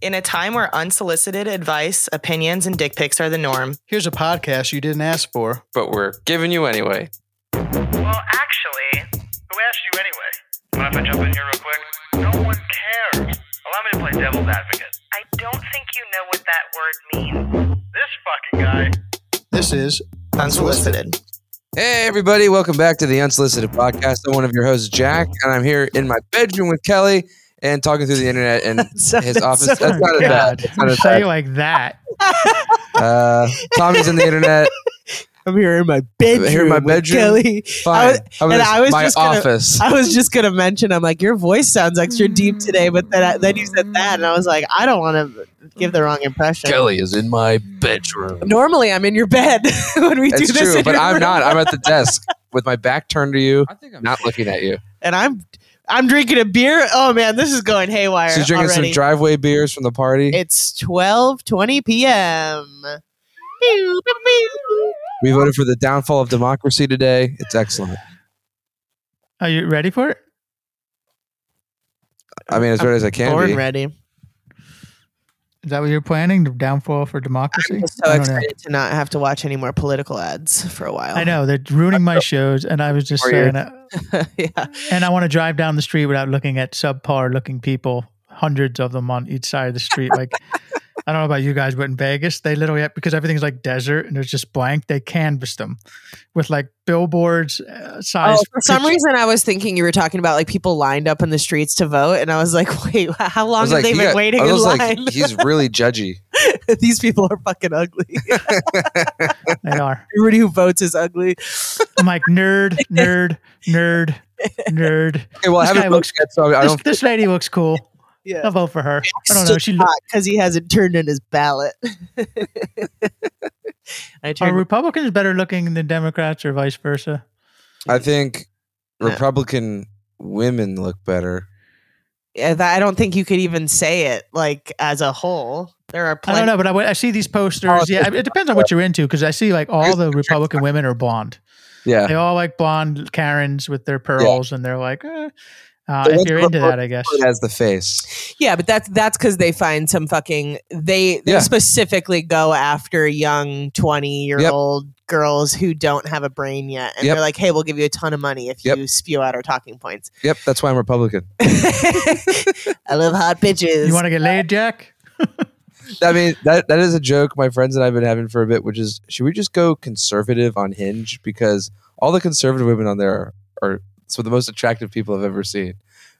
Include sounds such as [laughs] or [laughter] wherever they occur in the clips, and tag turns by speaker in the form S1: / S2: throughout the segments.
S1: In a time where unsolicited advice, opinions, and dick pics are the norm,
S2: Here's a podcast you didn't ask for.
S3: but we're giving you anyway.
S4: Well, actually, who asked you anyway? Mind if I jump in here real quick? No one cares. Allow me to play devil's advocate.
S5: I don't think you know what that word means.
S4: This fucking guy.
S2: This is
S1: unsolicited.
S3: Hey, everybody, welcome back to the Unsolicited Podcast. I'm one of your hosts, Jack, and I'm here in my bedroom with Kelly and talking through the internet
S6: [laughs]
S3: and his office. uh, That's not as bad. That's not as
S7: Say
S3: bad.
S7: like that.
S3: Uh, Tommy's in the
S6: [laughs]
S3: internet.
S6: I'm here in my bedroom.
S3: Here in my
S6: with
S3: bedroom. [laughs]
S6: Kelly. I
S3: Fine.
S6: was- and I was
S3: my
S6: just gonna-
S3: office.
S6: I was just gonna mention. I'm like, your voice sounds extra deep today, but then I, then you said that, and I was like, I don't want to give the wrong impression.
S3: Kelly is in my bedroom.
S6: Normally, I'm in your bed [laughs] when we do
S3: It's
S6: this,
S3: true,
S6: in
S3: but
S6: your
S3: I'm
S6: room.
S3: not. I'm
S6: [laughs]
S3: at the desk with my back turned to you, not looking at you.
S6: and I'm I'm drinking a beer. Oh man, this is going haywire.
S3: She's drinking
S6: already.
S3: some driveway beers from the party.
S6: It's 12:20 p.m.
S3: we voted for the downfall of democracy today. It's excellent.
S7: Are you ready for it?
S3: I mean, as
S6: I'm
S3: red as I can
S6: Born
S3: be.
S6: ready.
S7: Is that what you're planning? The downfall for democracy?
S6: I'm
S7: I
S6: just
S7: don't
S6: so
S7: know.
S6: excited to not have to watch any more political ads for a while.
S7: I know they're ruining my shows, and I was just
S3: Or your-
S7: saying, uh,
S6: [laughs] yeah.
S7: and I want to drive down the street without looking at subpar looking people, hundreds of them on each side of the street.
S6: [laughs]
S7: Like, I don't know about you guys, but in Vegas, they literally have, because everything's like desert and there's just blank. They canvassed them with like billboards uh,
S6: Oh,
S7: size.
S6: for some
S7: pictures.
S6: reason, I was thinking you were talking about like people lined up in the streets to vote, and I was like, [laughs] wait, how
S3: I
S6: long
S3: was
S6: have
S3: like,
S6: they
S3: he
S6: been
S3: got-
S6: waiting
S3: I
S6: in
S3: was like, [laughs]
S6: line? [laughs]
S3: he's really judgy.
S6: These people are fucking ugly. [laughs]
S7: they are.
S6: Everybody who votes is ugly.
S7: I'm like nerd, nerd,
S6: [laughs]
S7: nerd, nerd.
S3: Okay, well, I
S7: This guy
S3: haven't looked
S7: looks-
S3: yet, so I
S7: This,
S3: don't.
S7: this lady looks cool.
S6: Yeah,
S7: I'll vote for her. I don't know.
S3: Oh,
S7: She looks.
S6: because he hasn't turned in his ballot. [laughs] I
S7: Are
S6: turned.
S7: Republicans better looking than Democrats or vice versa?
S3: I think
S6: Yeah.
S3: Republican women look better.
S6: yeah, that- I don't think you could even say it like as a whole. There are
S7: I
S6: plenty.
S7: don't know, but I, wa- I see these posters.
S3: Politics.
S7: Yeah, it depends on what you're into because I see like all the Republican women are blonde.
S3: Yeah.
S7: They all like blonde Karens with their pearls, and they're like, eh. uh,
S3: The
S7: if
S3: ones
S7: you're
S3: that
S7: into
S3: are-
S7: that, I guess.
S3: It has the face.
S6: Yeah, but that's that's because they find some fucking they they
S3: Yeah.
S6: specifically go after young twenty year
S3: Yep.
S6: old girls who don't have a brain yet, and
S3: Yep.
S6: they're like, "Hey, we'll give you a ton of money if
S3: Yep.
S6: you spew out our talking points." [laughs]
S3: Yep, that's why I'm Republican.
S6: I love hot bitches.
S7: You want to get laid, Jack?
S3: I mean, that that is a joke my friends and I've been having for a bit, which is should we just go conservative on Hinge because all the conservative women on there are, are some of the most attractive people I've ever seen.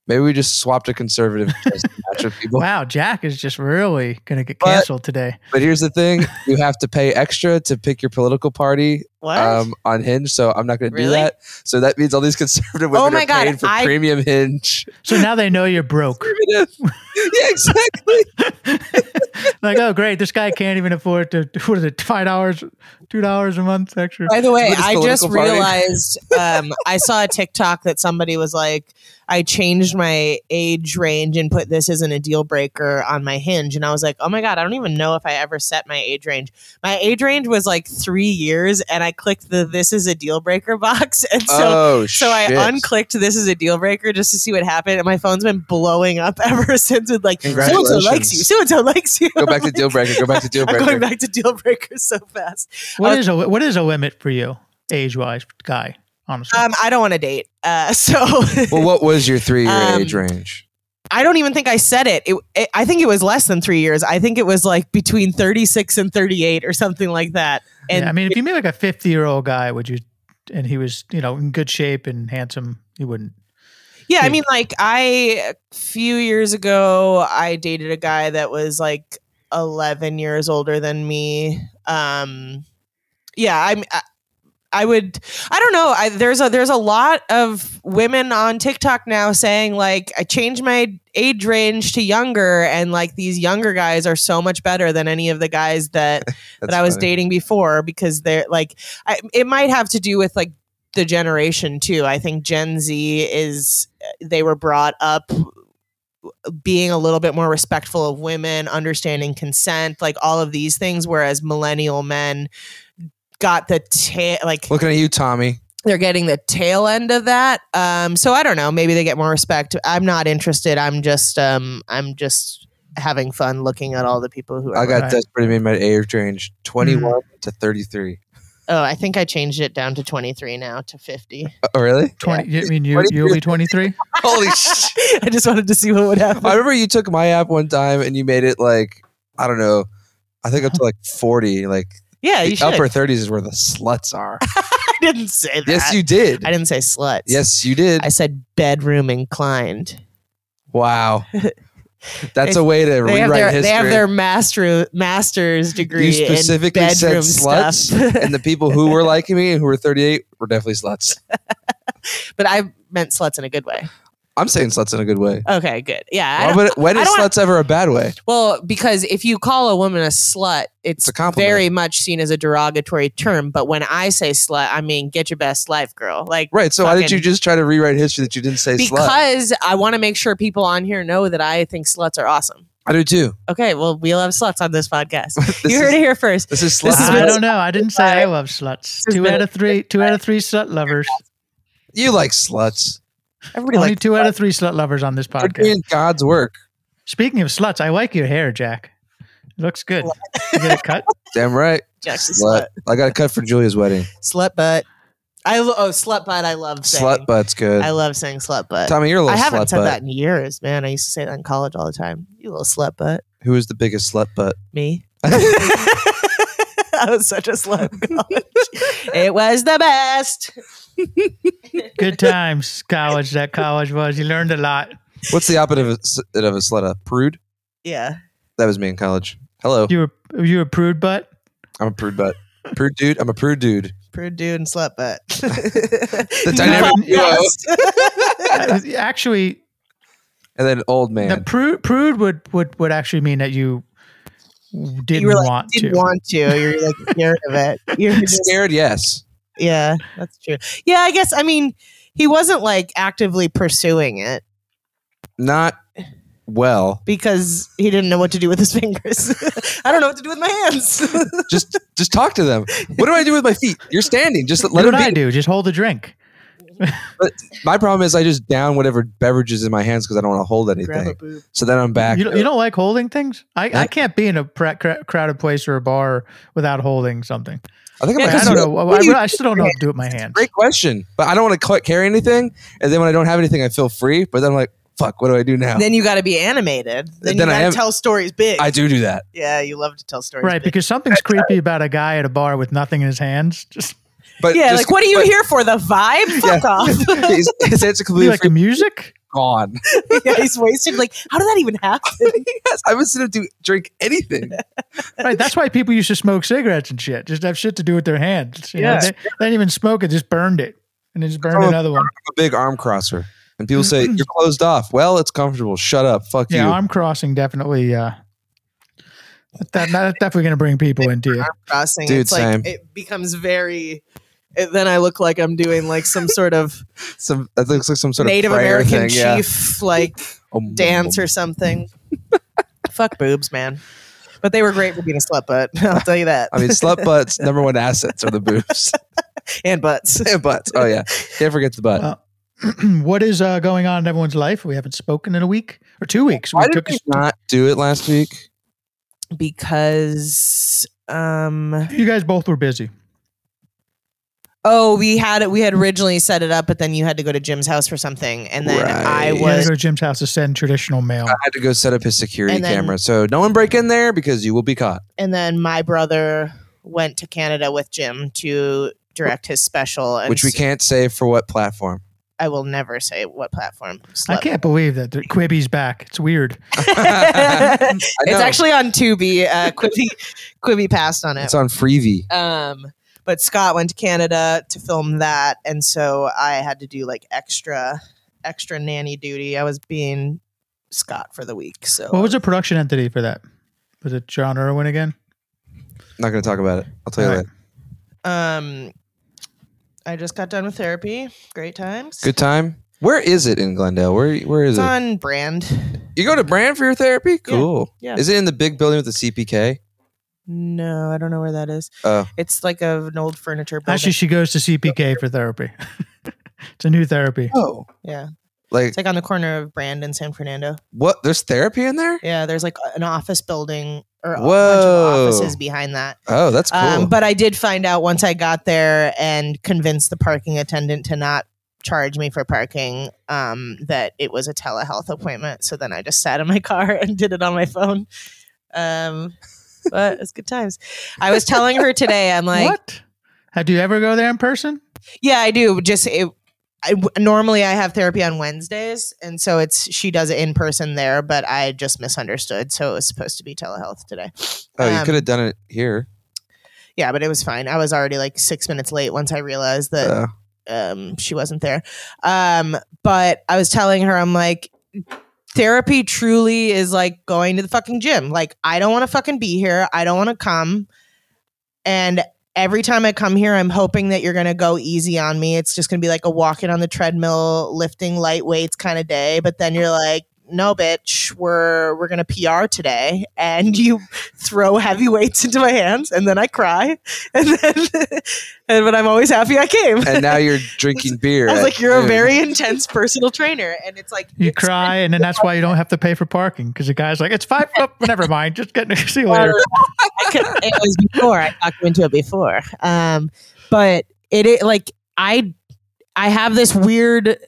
S3: Maybe we just swap to conservative [laughs] just to match with people.
S7: Wow, Jack is just really gonna get
S3: But-
S7: canceled today.
S3: But here's the thing: you have to pay extra to pick your political party
S6: what?
S3: um, on Hinge, so I'm not going to do
S6: Really?
S3: that. So that means all these conservative women
S6: Oh my
S3: are
S6: God,
S3: paying for
S6: I-
S3: premium Hinge.
S7: So now they know you're
S3: [laughs]
S7: broke.
S3: yeah, exactly.
S7: like, oh great, this guy can't even afford to what is it, five dollars, two dollars a month extra.
S6: By the way,
S3: What is
S6: I just
S3: political party?
S6: realized um, I saw a TikTok that somebody was like, I changed my age range and put this isn't a deal breaker on my hinge. And I was like, oh my God, I don't even know if I ever set my age range. My age range was like three years, and I clicked the this is a deal breaker [laughs] box. And [laughs] so.
S3: oh,
S6: So I
S3: shit.
S6: unclicked this is a deal breaker just to see what happened, and my phone's been blowing up [laughs] ever since with like so and so
S3: Congratulations.
S6: likes you, so and so likes you.
S3: Go back to deal breaker. Go back
S6: [laughs]
S3: to deal
S6: I'm
S3: breaker.
S6: going back to deal breaker so fast.
S7: What
S6: Uh,
S7: is a what is a limit for you, age wise, guy? Honestly,
S6: Um, I don't want to date. Uh, [laughs] so
S3: well, what was your three year
S6: Um,
S3: age range?
S6: I don't even think I said it. It, it. I think it was less than three years. I think it was like between 36 and 38 or something like that.
S7: Yeah,
S6: And
S7: I mean, if you meet like a fifty-year-old guy, would you? And he was, you know, in good shape and handsome. You wouldn't.
S6: yeah, I
S7: yeah.
S6: mean, like I, a few years ago, I dated a guy that was like 11 years older than me. Um, yeah, I'm, I, I would, I don't know. I, there's a, there's a lot of women on TikTok now saying like, I changed my age range to younger. And like these younger guys are so much better than any of the guys that
S3: That's
S6: that I was
S3: funny.
S6: dating before because they're like, I, it might have to do with like the generation too. I think Gen Z is, uh, they were brought up being a little bit more respectful of women, understanding consent, like all of these things, whereas millennial men got the tail, like
S3: Looking at you, Tommy.
S6: they're getting the tail end of that. Um, so I don't know. Maybe they get more respect. I'm not interested. I'm just, um, I'm just having fun looking at all the people who are.
S3: I got
S7: Right.
S3: that's pretty made my age range 21 to 33.
S6: oh, I think I changed it down to 23 now to 50.
S3: Oh, really?
S7: Twenty. You mean you?
S3: 23.
S7: You'll be twenty three.
S3: [laughs] Holy shit.
S6: [laughs] I just wanted to see what would happen.
S3: I remember you took my app one time and you made it like I don't know. I think up to like forty. Like
S6: yeah,
S3: the
S6: Oh, you should.
S3: upper thirties is where the sluts
S6: [laughs]
S3: are.
S6: I didn't say that.
S3: yes, you did.
S6: I didn't say sluts.
S3: Yes, you did.
S6: I said bedroom inclined. [laughs]
S3: wow, that's
S6: They-
S3: a way to
S6: They have,
S3: rewrite
S6: their,
S3: history.
S6: they have their master master's degree
S3: you
S6: in
S3: specifically said
S6: bedroom
S3: sluts, [laughs]
S6: stuff. [laughs]
S3: and the people who were liking me and who were thirty-eight were definitely sluts.
S6: but I meant sluts in a good way.
S3: I'm saying sluts in a good way.
S6: Okay, good. Yeah. I
S3: Why
S6: don't-
S3: would, when
S6: I
S3: is
S6: don't wanna-
S3: sluts ever a bad way?
S6: well, because if you call a woman a slut, it's,
S3: It's a compliment.
S6: very much seen as a derogatory term. But when I say slut, I mean get your best life, girl. Like
S3: Right. So why did you
S6: fucking-
S3: just try to rewrite history that you didn't say slut?
S6: because I want to make sure people on here know that I think sluts are awesome.
S3: I do too.
S6: Okay, well, we love sluts on
S3: [laughs]
S6: this podcast.
S3: This
S6: you heard
S3: is-
S6: it here first.
S3: This is
S6: This
S3: sluts.
S6: has
S7: I
S6: been-
S7: don't know. I didn't say I love sluts.
S6: has
S7: Two
S6: been-
S7: out of three. Two out of three slut lovers.
S3: you like sluts.
S6: Everybody
S7: Only
S6: like
S7: two out of three slut lovers on this
S3: You're
S7: podcast.
S3: doing God's work.
S7: Speaking of sluts, I like your hair, Jack. It looks good. You get it
S6: [laughs]
S7: cut.
S3: Damn right.
S6: Jack's a
S3: Slut. I got a cut for Julia's wedding.
S6: slut butt. I lo- oh slut butt. I love saying.
S3: Slut butt's good.
S6: I love saying slut butt.
S3: Tommy, you're a
S6: I
S3: little
S6: haven't
S3: slut
S6: said
S3: butt.
S6: that in years, man. I used to say that in college all the time. You little slut butt.
S3: Who is the biggest slut butt? [laughs]
S6: Me. [laughs] I was such a slut. in college. it was the
S3: [laughs]
S6: best.
S7: Good times, college. That college was. You learned a lot.
S3: What's the opposite of a, s- of a slut? A prude?
S6: Yeah.
S3: That was me in college. Hello.
S7: You were you were a prude butt.
S3: I'm a prude butt. Prude dude. I'm a prude dude.
S6: Prude dude and slut butt.
S3: The
S6: [laughs] the
S3: dynamic duo.
S7: Uh, actually,
S3: And then old man.
S7: the prude, prude would, would would actually mean that you didn't
S6: you were like,
S7: want
S6: didn't
S7: to.
S6: want to. You're
S3: [laughs]
S6: like scared of it. You're just
S3: Scared, yes.
S6: Yeah, that's true. Yeah, I guess I mean he wasn't like actively pursuing it
S3: Not well.
S6: because he didn't know what to do with his [laughs] fingers. I don't know what to do with my hands.
S3: Just just talk to them. What do I do with my feet? You're standing. Just let
S7: What did
S3: them
S7: I
S3: be.
S7: do? Just hold the drink.
S3: My problem is I just down whatever beverages in my hands because I don't want to hold anything.
S6: boob.
S3: So then I'm back.
S7: You, don't- you don't like holding things? I, I
S3: That-
S7: can't be in a pra- cra- crowded place or a bar without holding something.
S3: I think I'm
S7: Like,
S3: like,
S7: I don't know. I,
S3: do you
S7: I still don't know what to do with my hands.
S3: Great question. But I don't want to cl- carry anything. And then when I don't have anything, I feel free. But then I'm like, fuck, what do I do now?
S6: [laughs] Then you got to be animated.
S3: Then
S6: Then, you
S3: I
S6: got to
S3: am-
S6: tell stories big.
S3: I do do that.
S6: yeah, you love to tell stories.
S7: Right,
S6: big.
S7: because something's creepy about a guy at a bar with nothing in his hands. Just
S3: But
S6: yeah,
S3: just-
S7: [laughs]
S3: [laughs]
S6: like what are you here for? The vibe? Fuck off. [laughs]
S3: but his, his hands are
S7: be
S3: completely
S7: like the music.
S3: gone.
S6: yeah, he's wasted. Like, how did that even happen?
S3: [laughs] yes, I would sit and do drink
S6: [laughs]
S3: anything.
S7: Right, that's why people used to smoke cigarettes and shit. Just have shit to do with their hands. You know,
S6: Yeah.
S7: they, they didn't even smoke it; just burned it, and then just burned
S3: Oh,
S7: another one.
S3: I'm a big arm crosser, and people say
S6: Mm-hmm.
S3: you're closed off. Well, it's comfortable. Shut up. Fuck
S7: Yeah,
S3: you.
S7: arm crossing definitely. Uh, that, that- that's definitely going to bring people into you.
S6: Crossing.
S3: Dude,
S6: it's like
S3: same.
S6: it becomes very. It, then I look like I'm doing like some sort of
S3: some that looks like some sort
S6: Native
S3: of prayer
S6: American
S3: thing. yeah.
S6: chief like
S3: Um,
S6: dance or something. Fuck boobs, man. But they were great for being a slut butt. [laughs] I'll tell you that.
S3: I mean, slut butts. Number one assets are the boobs
S6: [laughs] and butts.
S3: [laughs] and butts. Oh yeah, can't forget the butt.
S7: Uh, [clears throat] what is uh, going on in everyone's life? We haven't spoken in a week or two weeks. We
S3: Why did we not do it last week?
S6: Because um
S7: you guys both were busy.
S6: oh we had it we had originally set it up, but then you had to go to Jim's house for something, and then I
S3: Right.
S7: You had to
S6: was
S7: go to Jim's house to send traditional mail.
S3: I had to go set up his security
S6: And then-
S3: camera. So no one break in there because you will be caught.
S6: and then my brother went to Canada with Jim to direct his special and
S3: Which we
S6: s-
S3: can't say for what
S6: [laughs]
S3: platform. [laughs]
S6: I will never say what platform.
S7: I can't believe that the- Quibi's back. It's weird.
S3: I [laughs]
S6: [laughs]
S3: know.
S6: it's actually on Tubi. Uh, [laughs] Quibi, Quibi passed on it.
S3: it's on Freevee.
S6: Um, but Scott went to Canada to film that, and so I had to do like extra, extra nanny duty. I was being Scott for the week. So
S7: What was the production entity for that? Was it John Irwin again?
S3: Not going to talk about it. I'll tell you
S7: All right.
S3: later.
S6: um, I just got done with therapy. Great times.
S3: Good time. Where is it in Glendale? Where Where is
S6: It's
S3: it?
S6: on brand.
S3: You go to Brand for your therapy? Cool.
S6: yeah.
S3: Is it in the big building with the CPK?
S6: No, I don't know where that is.
S3: Oh.
S6: It's like a, an old furniture.
S7: [laughs]
S6: Building.
S7: Actually, she goes to CPK for therapy. it's a new therapy.
S3: Oh.
S6: yeah.
S3: Like,
S6: It's like on the corner of Brand and San Fernando.
S3: what? There's therapy in there?
S6: Yeah, there's like an office building or a bunch
S3: Whoa.
S6: of offices behind that.
S3: Oh, that's cool.
S6: Um, but I did find out once I got there and convinced the parking attendant to not charge me for parking um, that it was a telehealth appointment. So then I just sat in my [laughs] car and did it on my phone. Um, but it's good times. I was telling her
S3: [laughs]
S6: today, I'm like,
S7: what? How, do you ever go there in person?
S6: yeah, I do. Just it, I, normally I have therapy on Wednesdays, and so it's she does it in person there, but I just misunderstood, so it was supposed to be telehealth today.
S3: oh, you
S6: um,
S3: could have done it here.
S6: Yeah, but it was fine. I was already like six minutes late once I realized that
S3: Uh,
S6: um, she wasn't there. Um, but I was telling her, I'm like, therapy truly is like going to the fucking gym. Like, I don't want to fucking be here. I don't want to come. And every time I come here, I'm hoping that you're going to go easy on me. It's just going to be like a walking on the treadmill, lifting light weights kind of day. But then you're like, no bitch we're we're gonna pr today and [laughs] you throw heavy weights into my hands and then i cry [laughs] and then and but i'm always happy i came
S3: and now
S6: [laughs]
S3: you're drinking beer.
S6: I was
S3: at
S6: like, you're a
S3: noon.
S6: very intense personal trainer, and it's like
S7: You
S6: it's [laughs]
S7: cry, and then that's why you don't have to pay for parking because the guy's like, it's five. Oh, [laughs] never mind. Just get see you later.
S6: I could, it was before I talked you into it before, um, but it, it like I I have this weird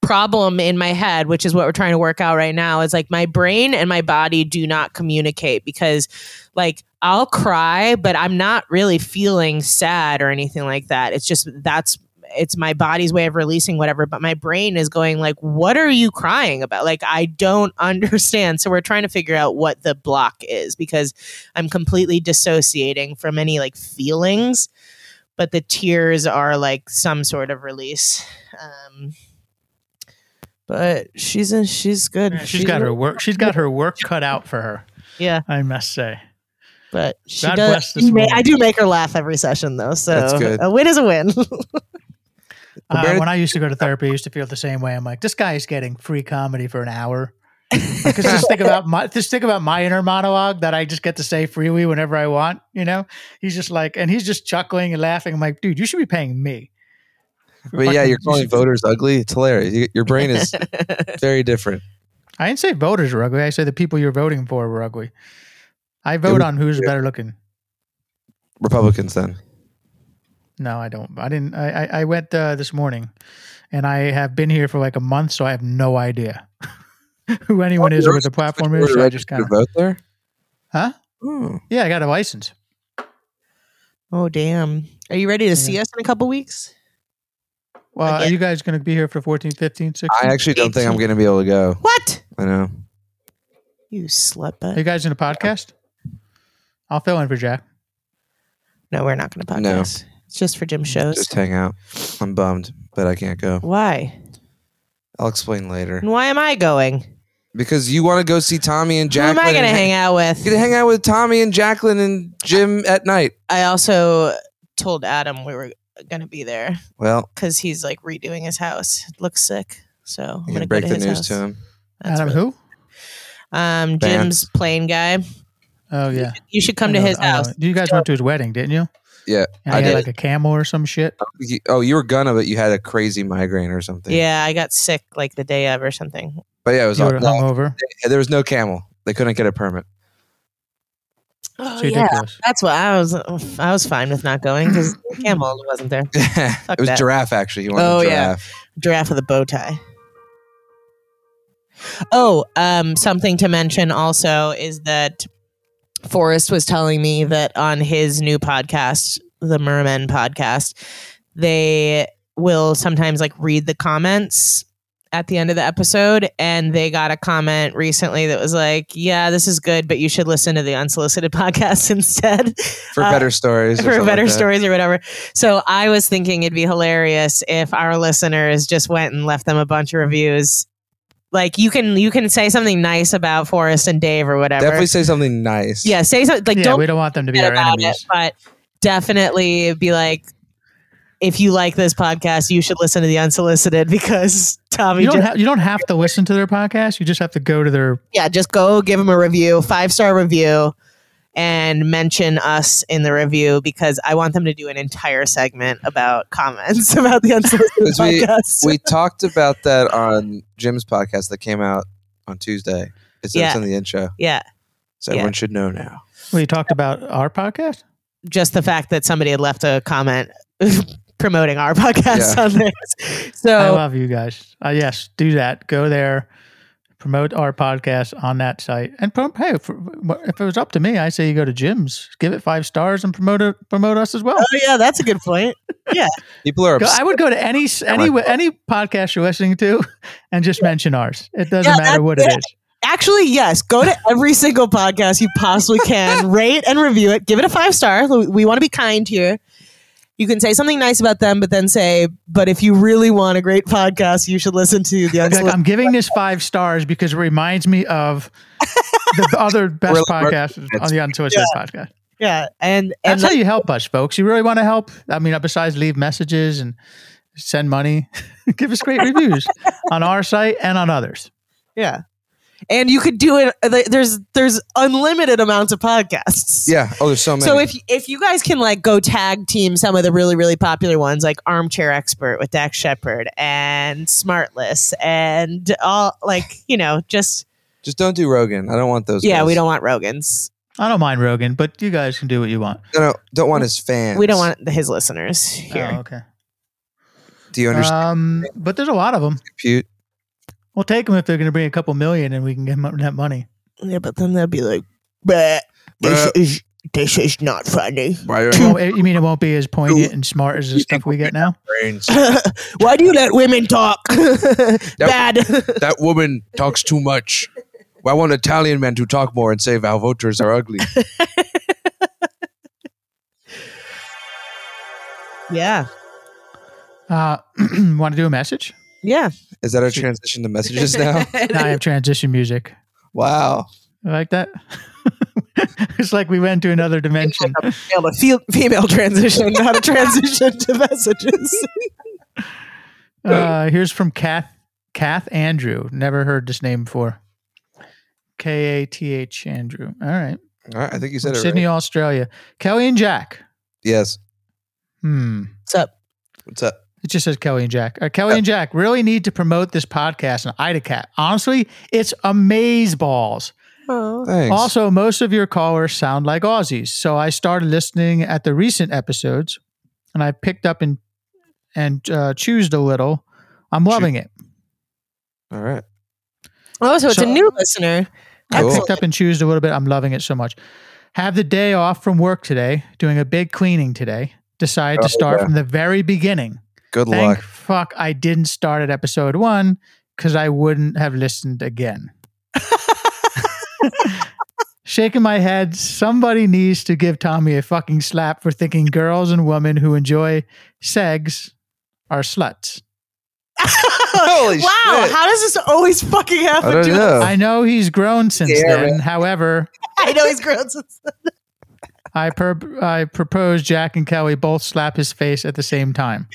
S6: problem in my head, which is what we're trying to work out right now. Is like my brain and my body do not communicate because, like, I'll cry, but I'm not really feeling sad or anything like that. It's just that's it's my body's way of releasing whatever but my brain is going like what are you crying about like i don't [laughs] understand so we're trying to figure out what the block is because i'm completely dissociating from any like feelings but the tears are like some sort of release um but she's a, she's good
S7: she's got her work. She's got her work cut out for her.
S6: yeah
S7: I must say.
S6: but she
S7: God
S6: does
S7: bless this
S6: ma-
S7: woman.
S6: i do make her laugh every session though so
S3: That's good.
S6: a win is a win [laughs]
S7: Uh,
S3: Compared-
S7: when I used to go to therapy, I used to feel the same way. I'm like, this guy is getting free comedy for an hour. Because just think about my just think about my inner monologue that I just get to say freely whenever I want. You know, he's just like, and he's just chuckling and laughing. I'm like, dude, you should be paying me.
S3: But yeah,
S7: Fucking-
S3: you're
S7: you
S6: [laughs]
S3: calling
S7: should-
S3: voters ugly. It's hilarious. You- Your brain is very different.
S7: I didn't say voters were ugly. I say the people you're voting for were ugly. I vote
S3: we-
S7: on who's
S3: yeah.
S7: better looking.
S3: Republicans then.
S7: No, I don't. I didn't. I I, I went uh, this morning, and I have been here for like a month, so I have no idea [laughs] who
S3: Oh,
S7: anyone is or what the platform is. So I just kind
S3: Registered
S7: of
S3: to vote there.
S7: huh?
S3: Hmm.
S7: Yeah, I got a license.
S6: oh damn are you ready to see us in a couple weeks
S7: Well, are
S6: Again.
S7: you guys going to be here for 14, 15, 16?
S3: I actually don't think I'm going to be able to go.
S6: What?
S3: I know.
S6: You
S7: are you
S6: slutbag.
S7: guys in a podcast? I'll fill in for Jack.
S6: No, we're not going to podcast.
S3: No.
S6: It's just for gym shows.
S3: Just hang out. I'm bummed, but I can't go.
S6: why?
S3: I'll explain later.
S6: And why am I going?
S3: Because you want to go see Tommy and Jacqueline.
S6: Who am I going to
S3: and
S6: hang out with?
S3: You can hang out with Tommy and Jacqueline and Jim at night.
S6: I also told Adam we were going to be there
S3: Well,
S6: because he's like redoing his house. It looks sick. So I'm
S3: you
S6: going
S3: can
S6: to go
S3: break
S6: to
S3: the
S6: his
S3: news
S6: house.
S3: to him.
S6: That's
S7: Adam,
S6: really-
S7: who?
S6: Um,
S3: Band.
S6: Jim's plane guy.
S7: Oh, yeah.
S6: You should come
S7: I
S6: to
S7: know-
S6: his
S7: I know.
S6: house.
S7: You guys went to his wedding, didn't you?
S3: Yeah,
S7: And
S3: I
S7: he
S3: did.
S7: had like a camel or some shit.
S3: You- oh, you were gonna, but you had a crazy migraine or something.
S6: Yeah, I got sick like the day of or something.
S3: But yeah, it was
S7: You
S3: all,
S7: were
S3: no,
S7: hungover.
S3: there was no camel. They couldn't get a permit. [laughs]
S6: Oh,
S7: It's ridiculous.
S6: That's what I was. I was fine with not going because Campbell wasn't there.
S3: it was
S6: that.
S3: giraffe actually. You wanted
S6: Oh, yeah.
S3: giraffe.
S6: giraffe with a bow tie. Oh, um, something to mention also is that Forrest was telling me that on his new podcast, the Mermen podcast, they will sometimes like read the comments at the end of the episode and they got a comment recently that was like yeah this is good but you should listen to the unsolicited [laughs] podcast instead
S3: for
S6: Uh,
S3: better
S6: [laughs]
S3: stories. or
S6: for
S3: something
S6: better
S3: like that.
S6: stories or whatever. So I was thinking it'd be hilarious if our listeners just went and left them a bunch of reviews. Like you can you can say something nice about Forrest and Dave or whatever.
S3: Definitely say something nice.
S6: yeah, say something like
S7: yeah,
S6: don't
S7: we don't want them to be
S6: forget
S7: our
S6: about it,
S7: enemies.
S6: but definitely be like if you like this podcast, you should listen to the unsolicited [laughs] because Tommy
S7: You don't,
S6: just,
S7: ha- you don't have to listen to their podcast. You just have to go to their.
S6: yeah, just go give him a review, five star review and mention us in the review because I want them to do an entire segment about comments [laughs] about the unsolicited
S3: 'Cause we-
S6: podcast.
S3: we talked about that on Jim's podcast that came out on Tuesday. It's
S6: Yeah.
S3: it's in the intro,
S6: yeah,
S3: so
S6: Yeah.
S3: everyone should know now.
S7: We talked about our podcast.
S6: just the fact that somebody had left a comment [laughs] promoting our podcast
S3: Yeah.
S6: on this.
S7: I
S6: So
S7: love you guys. Uh, yes, do that. Go there, promote our podcast on that site, and prom- hey, for, if it was up to me, I say you go to Jim's, give it five stars, and promote it, promote us as well.
S6: Oh yeah, that's a good point.
S3: People are
S7: Go,
S3: obsessed.
S7: I would go to any any any podcast you're listening to, [laughs] and just mention ours. It doesn't
S6: Yeah,
S7: matter what it
S6: that's
S7: is.
S6: Actually, yes. Go to every single podcast you possibly
S3: [laughs]
S6: can, rate and review it. Give it a five star. We- We want to be kind here. You can say something nice about them, but then say, "But if you really want a great podcast, you should listen
S3: [laughs]
S6: to the
S7: Be Like,
S6: Unsolicited."
S7: I'm giving this five stars because it reminds me of the
S6: [laughs]
S7: other best
S3: We're- we're-
S7: podcast on the Unsolicited podcast.
S6: yeah, and and
S7: That's how you help us, folks. You really want to help? I mean, besides leave messages and send money, [laughs] give us great reviews on our site and on others.
S6: yeah, and you could do it. uh, like, There's there's unlimited amounts of podcasts.
S3: yeah. Oh, there's so many.
S6: So if if you guys can like go tag team some of the really really popular ones like Armchair Expert with Dax Shepard and Smartless and all like you know just
S3: just don't do Rogan. I don't want those.
S6: yeah
S3: guys.
S6: we don't want Rogan's
S7: I don't mind Rogan, but you guys can do what you want.
S3: No, no, don't want his fans.
S6: we don't want his listeners here
S7: Oh, okay.
S3: Do you understand?
S7: Um, but there's a lot of them.
S6: Uh,
S3: compute?
S7: We'll take them if they're going to bring a couple million, and we can get them that money.
S6: yeah but then they'll be like but this is this is not funny [laughs]
S3: Why
S7: It won't- you mean it won't be as poignant and smart as the
S3: You
S7: stuff we get now?
S3: brains?
S6: why do you let women talk [laughs] bad
S3: That woman talks too much. I want Italian men to talk more and say Val voters are ugly.
S6: [laughs] yeah
S7: Uh, [clears throat] want to do a
S3: [laughs]
S7: message?
S6: yeah
S3: Is that our transition to messages
S6: [laughs]
S3: now?
S7: Now I have transition music.
S3: Wow.
S7: You like that? it's like we went to another dimension.
S6: female to fe- female transition [laughs] not a transition to messages
S7: Uh, here's from Kath Kath Andrew. Never heard this name before. K A T H Andrew. All right.
S3: All right. I think you
S7: From
S3: said it
S7: Sydney,
S3: right.
S7: Australia. Kelly and Jack.
S3: Yes.
S7: Hmm.
S6: what's up
S3: What's up?
S7: It just says Kelly and Jack. Uh, Kelly and Jack really need to promote this podcast on IdaCat. Honestly, it's amazeballs.
S3: Thanks.
S7: Also, most of your callers sound like Aussies. So I started listening at the recent episodes and I picked up and and uh, choosed a little. I'm loving it.
S3: All right.
S6: Oh, so it's
S7: So-
S6: a new [laughs] listener.
S7: I
S3: Cool.
S7: picked up and choosed a little bit. I'm loving it so much. Have the day off from work today, doing a big cleaning today. Decided
S3: Oh,
S7: to start
S3: yeah.
S7: from the very beginning.
S3: Good
S7: Thank
S3: luck.
S7: fuck I didn't start at episode one because I wouldn't have listened again. [laughs] Shaking my head, somebody needs to give Tommy a fucking slap for thinking girls and women who enjoy segs are sluts.
S3: Holy
S6: wow,
S3: shit.
S6: how does this always fucking happen
S3: I don't
S6: to us?
S3: know.
S7: I know he's grown since
S3: Yeah,
S7: then.
S3: man.
S7: However,
S6: [laughs] I know he's grown since
S7: I per- I propose Jack and Kelly both slap his face at the same
S3: [laughs]
S7: time.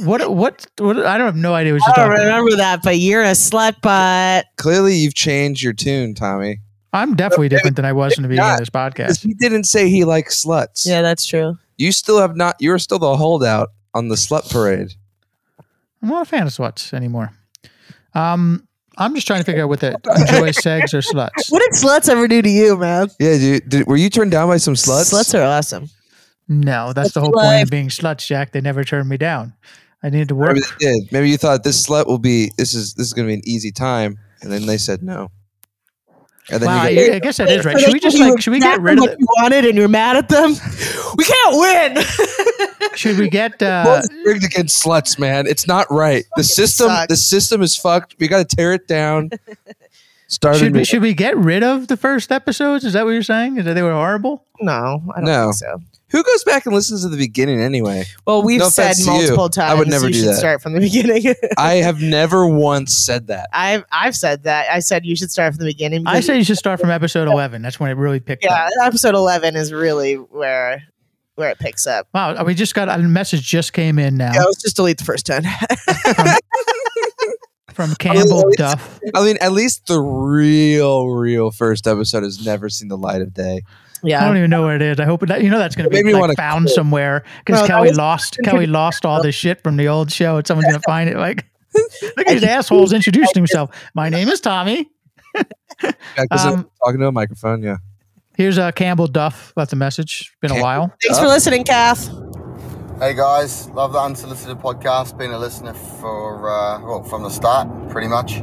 S7: what, what what I don't have no idea what you're
S6: I don't
S7: talking about.
S6: remember that, but you're a slut butt.
S3: Clearly, you've changed your tune, Tommy.
S7: I'm definitely different than I was in the beginning of this
S3: Because
S7: podcast.
S3: he didn't say he likes sluts.
S6: Yeah, that's true.
S3: You still have not. You're still the holdout on the slut parade.
S7: I'm not a fan of sluts anymore. Um I'm just trying to figure out what that
S3: [laughs]
S7: enjoy segs or sluts.
S6: What did sluts ever do to you, man?
S3: Yeah, dude. Did, were you turned down by some sluts?
S6: Sluts are awesome.
S7: No, that's the whole point of being sluts, Jack. They never turned me down. I needed to work.
S3: Maybe they did. Maybe you thought this slut will be. This is this is going to be an easy time, and then they said no. And then
S7: Wow, I,
S3: you
S7: I guess that is right. Should we just like should we get rid of
S6: what you wanted and you're mad at them? [laughs] We can't win.
S7: the, should we get
S3: go,
S7: uh
S3: "Well, it's rigged against sluts, man. It's not right. The system,
S6: sucks.
S3: the system is fucked. We got to tear
S7: [laughs]
S3: it down. Start
S7: should we
S3: anew.
S7: should we get rid of the first episodes? Is that what you're saying? Is that they were horrible?
S6: [laughs] no, I don't
S3: No.
S6: think so.
S3: Who goes back and listens to the beginning anyway?
S6: Well, we've
S3: No
S6: said
S3: offense to you.
S6: multiple
S3: I
S6: times
S3: would never
S6: you
S3: do
S6: should
S3: that.
S6: start from the [laughs] beginning.
S3: I have never once said that.
S6: I've I've said that. I said you should start from the beginning.
S7: I
S6: because-
S7: say you should start from episode 11. That's when it really picked
S6: yeah,
S7: up.
S6: episode eleven is really where where it picks up.
S7: Wow, uh, we just got a message just came in now
S6: Yeah, let's just delete the first ten. [laughs]
S7: from Campbell
S3: it's-
S7: Duff.
S3: I mean, at least the real, real first episode has never seen the light of day.
S7: I
S6: Yeah.
S7: don't even know what it is. I hope that you know that's going
S3: It
S7: to
S3: made
S7: be
S3: me wanna
S7: like found
S3: quit.
S7: somewhere because
S3: No, that
S7: Kelly
S3: was-
S7: lost Kelly lost all this shit from the old show, and someone's going to find it. Like, look at these assholes introducing himself. My name is Tommy.
S3: Yeah, 'cause I'm
S7: Um,
S3: talking to a microphone. Yeah.
S7: Here's uh, Campbell Duff left a message. Been a
S3: Campbell
S7: while.
S6: Thanks for listening, Kath.
S8: Hey guys, love the unsolicited podcast. Been a listener for uh, well from the start, pretty much.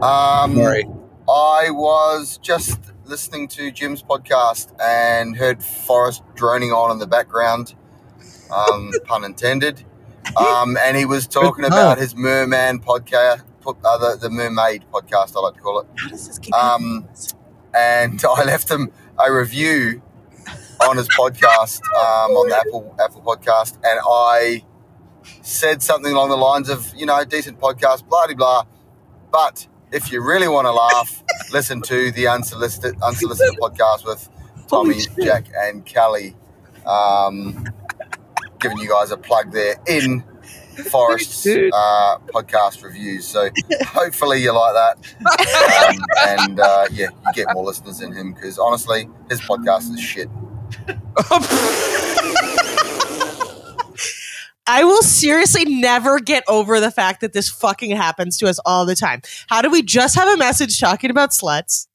S8: Um,
S3: Sorry.
S8: I was just listening to Jim's podcast and heard Forrest droning on in the background, um, [laughs] pun intended. Um, and he was talking
S3: Good
S8: about his Merman podcast, uh, the, the Mermaid podcast, I like to call it.
S6: How does this keep
S8: Um, and [laughs] I left him a review on his podcast um, on the Apple Apple podcast, and I said something along the lines of, you know, decent podcast, blah de blah. But if you really want to laugh, listen to the unsolicited unsolicited podcast with Tommy, Jack, and Kelly. Um, giving you guys a plug there in Forest's
S3: Dude.
S8: uh, podcast reviews. So hopefully you like that um, [laughs] and uh, yeah, you get more listeners in him because honestly, his podcast is shit.
S6: I will seriously never get over the fact that this fucking happens to us all the time. How do we just have a message talking about sluts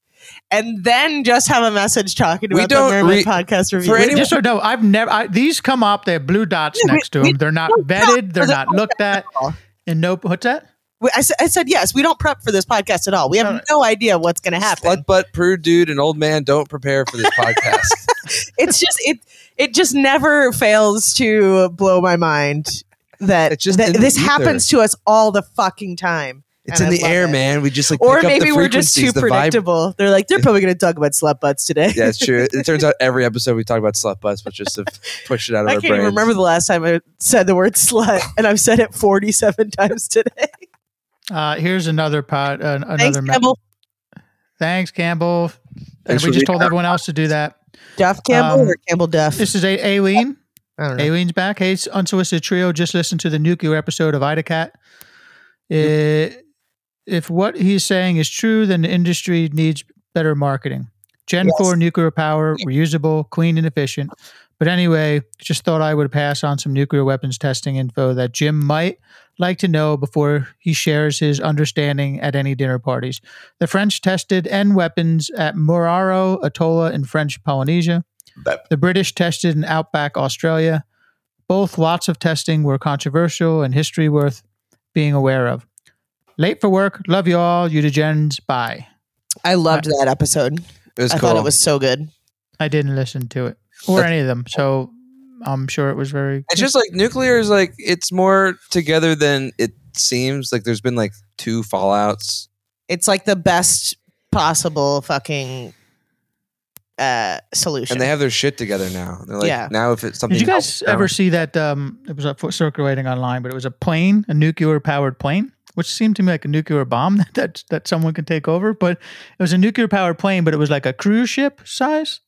S6: and then just have a message talking
S3: We
S6: about
S3: don't
S6: the Mermaid
S3: re-
S6: podcast review?
S3: for
S7: Wait,
S3: anyone-
S7: just so no, I've never. I, these come up. They have blue dots
S6: Yeah, we-
S7: next to
S6: we
S7: them. They're not
S6: don't prep
S7: vetted. They're
S6: for the
S7: not looked at.
S6: all.
S7: And no, what's that?
S6: We- I, said- I said yes. We don't prep for this podcast at all. We have no idea what's going to happen.
S3: Slut butt prude dude and old man don't
S7: [laughs]
S3: prepare for this podcast.
S6: It's just it. It just never fails to blow my mind that,
S3: It's just
S6: that
S3: in the
S6: this
S3: ether.
S6: happens to us all the fucking time.
S3: It's
S6: And
S3: in
S6: I
S3: the
S6: love
S3: air,
S6: it.
S3: man. We just like
S6: Or
S3: pick up
S6: maybe
S3: the
S6: we're just too
S3: frequencies, the vibe-
S6: predictable. They're like they're probably going to talk about slut butts today.
S3: [laughs] Yeah, it's true. It turns out every episode we talk about slut butts, but just [laughs] to push it out of
S6: I
S3: our
S6: can't even
S3: brains.
S6: remember the last time I said the word [laughs] slut, and I've said it 47 [laughs] times today.
S7: Uh, here's another pot. Uh, another
S6: Thanks,
S7: me-
S6: Campbell.
S7: Thanks, Campbell. And
S3: Thanks
S7: we
S3: for
S7: just
S3: reading
S7: told everyone else to do that.
S6: Duff Campbell
S7: Um,
S6: or Campbell Duff?
S7: This is a- Aileen.
S6: I don't know.
S7: Aileen's back. Hey, it's Unsolicited Trio. Just listen to the nuclear episode of Idacat. Uh, if what he's saying is true, then the industry needs better marketing. Gen
S6: Yes.
S7: 4 nuclear power, reusable, clean, and efficient. But anyway, just thought I would pass on some nuclear weapons testing info that Jim might like to know before he shares his understanding at any dinner parties. The French tested N weapons at Muraro Atoll in French Polynesia. The British tested in outback Australia. Both lots of testing were controversial and history worth being aware of. Late for work. Love you all. You degens. Bye.
S6: I
S7: Uh,
S6: loved that episode.
S3: It was
S6: I
S3: cool.
S6: thought it was so good.
S7: I didn't listen to it or any of them, so I'm sure it was very.
S3: it's just like nuclear is like it's more together than it seems. Like there's been like two fallouts.
S6: It's like the best possible fucking uh, solution.
S3: And they have their shit together now. They're like
S6: Yeah.
S3: now if it's something
S7: Did you guys
S3: else-
S7: ever see that? Um, it was up for circulating online, but it was a plane, a nuclear powered plane, which seemed to me like a nuclear bomb [laughs] that, that that someone could take over. But it was a nuclear powered plane, but it was like a cruise ship size.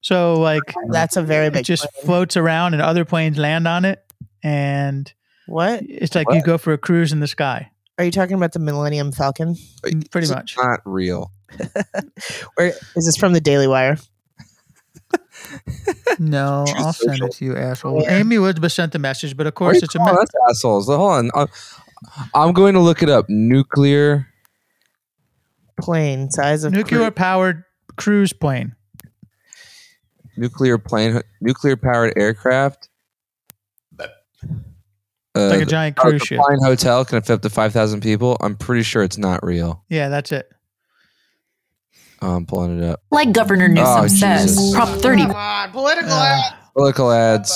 S7: So like
S6: That's a [laughs] very
S7: it
S6: big.
S7: just
S6: plane.
S7: floats around, and other planes land on it, and
S6: what
S7: it's like you go for a cruise in the sky,
S6: are you talking about? The Millennium Falcon?
S7: pretty
S3: It's
S7: much.
S3: not real.
S6: Or is this from the Daily Wire?
S7: [laughs] No,
S3: Truth
S7: I'll send
S3: Social.
S7: it to you, asshole. Amy Woods sent the message, but of
S3: Why are
S7: course
S3: you
S7: it's a
S3: calling
S7: me-
S3: us assholes. Hold on. I'm, I'm going to look it up. Nuclear
S6: Plane size of
S7: nuclear powered cruise plane.
S3: nuclear plane nuclear powered aircraft. Uh,
S7: It's like a giant
S3: Oh,
S7: cruise
S3: the
S7: ship.
S3: Flying hotel can fit up to five thousand people. I'm pretty sure it's not real.
S7: Yeah, that's it.
S3: Oh, I'm pulling it up.
S9: Like Governor Newsom
S3: Oh,
S9: says,
S3: Jesus.
S9: Prop 30.
S6: on, political
S7: Uh,
S3: Political ads.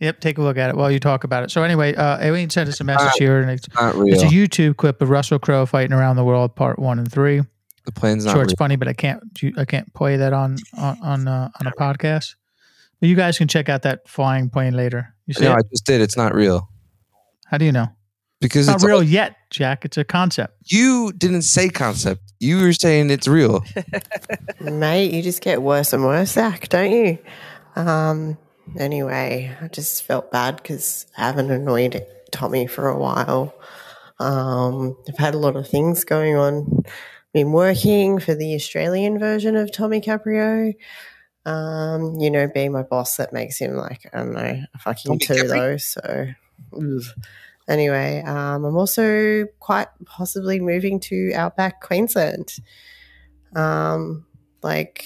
S7: yep, take a look at it while you talk about it. So anyway, uh, Aileen sent us a message here, and it's,
S3: Not
S7: it's
S3: real.
S7: a YouTube clip of Russell Crowe fighting around the world, part one and three.
S3: the plane's not
S7: sure, it's
S3: real.
S7: funny, but I can't do- I can't play that on on on, uh, on a podcast. But you guys can check out that flying plane later. You see?
S3: No, I
S7: it?
S3: just did. It's not real
S7: How do you know?
S3: because
S7: It's
S3: it's,
S7: not real yet, Jack. It's a concept.
S3: You didn't say concept. You were saying it's
S6: [laughs]
S3: real.
S10: Mate, you just get worse and worse, Zach, don't you? Um, anyway, I just felt bad because I haven't annoyed Tommy for a while. Um, I've had a lot of things going on been working for the Australian version of Tommy Caprio. Um, you know, being my boss that makes him like, I don't know, a
S3: Tommy
S10: fucking two
S3: Capri?
S10: though. So ugh. anyway, um, I'm also quite possibly moving to outback Queensland. Um, like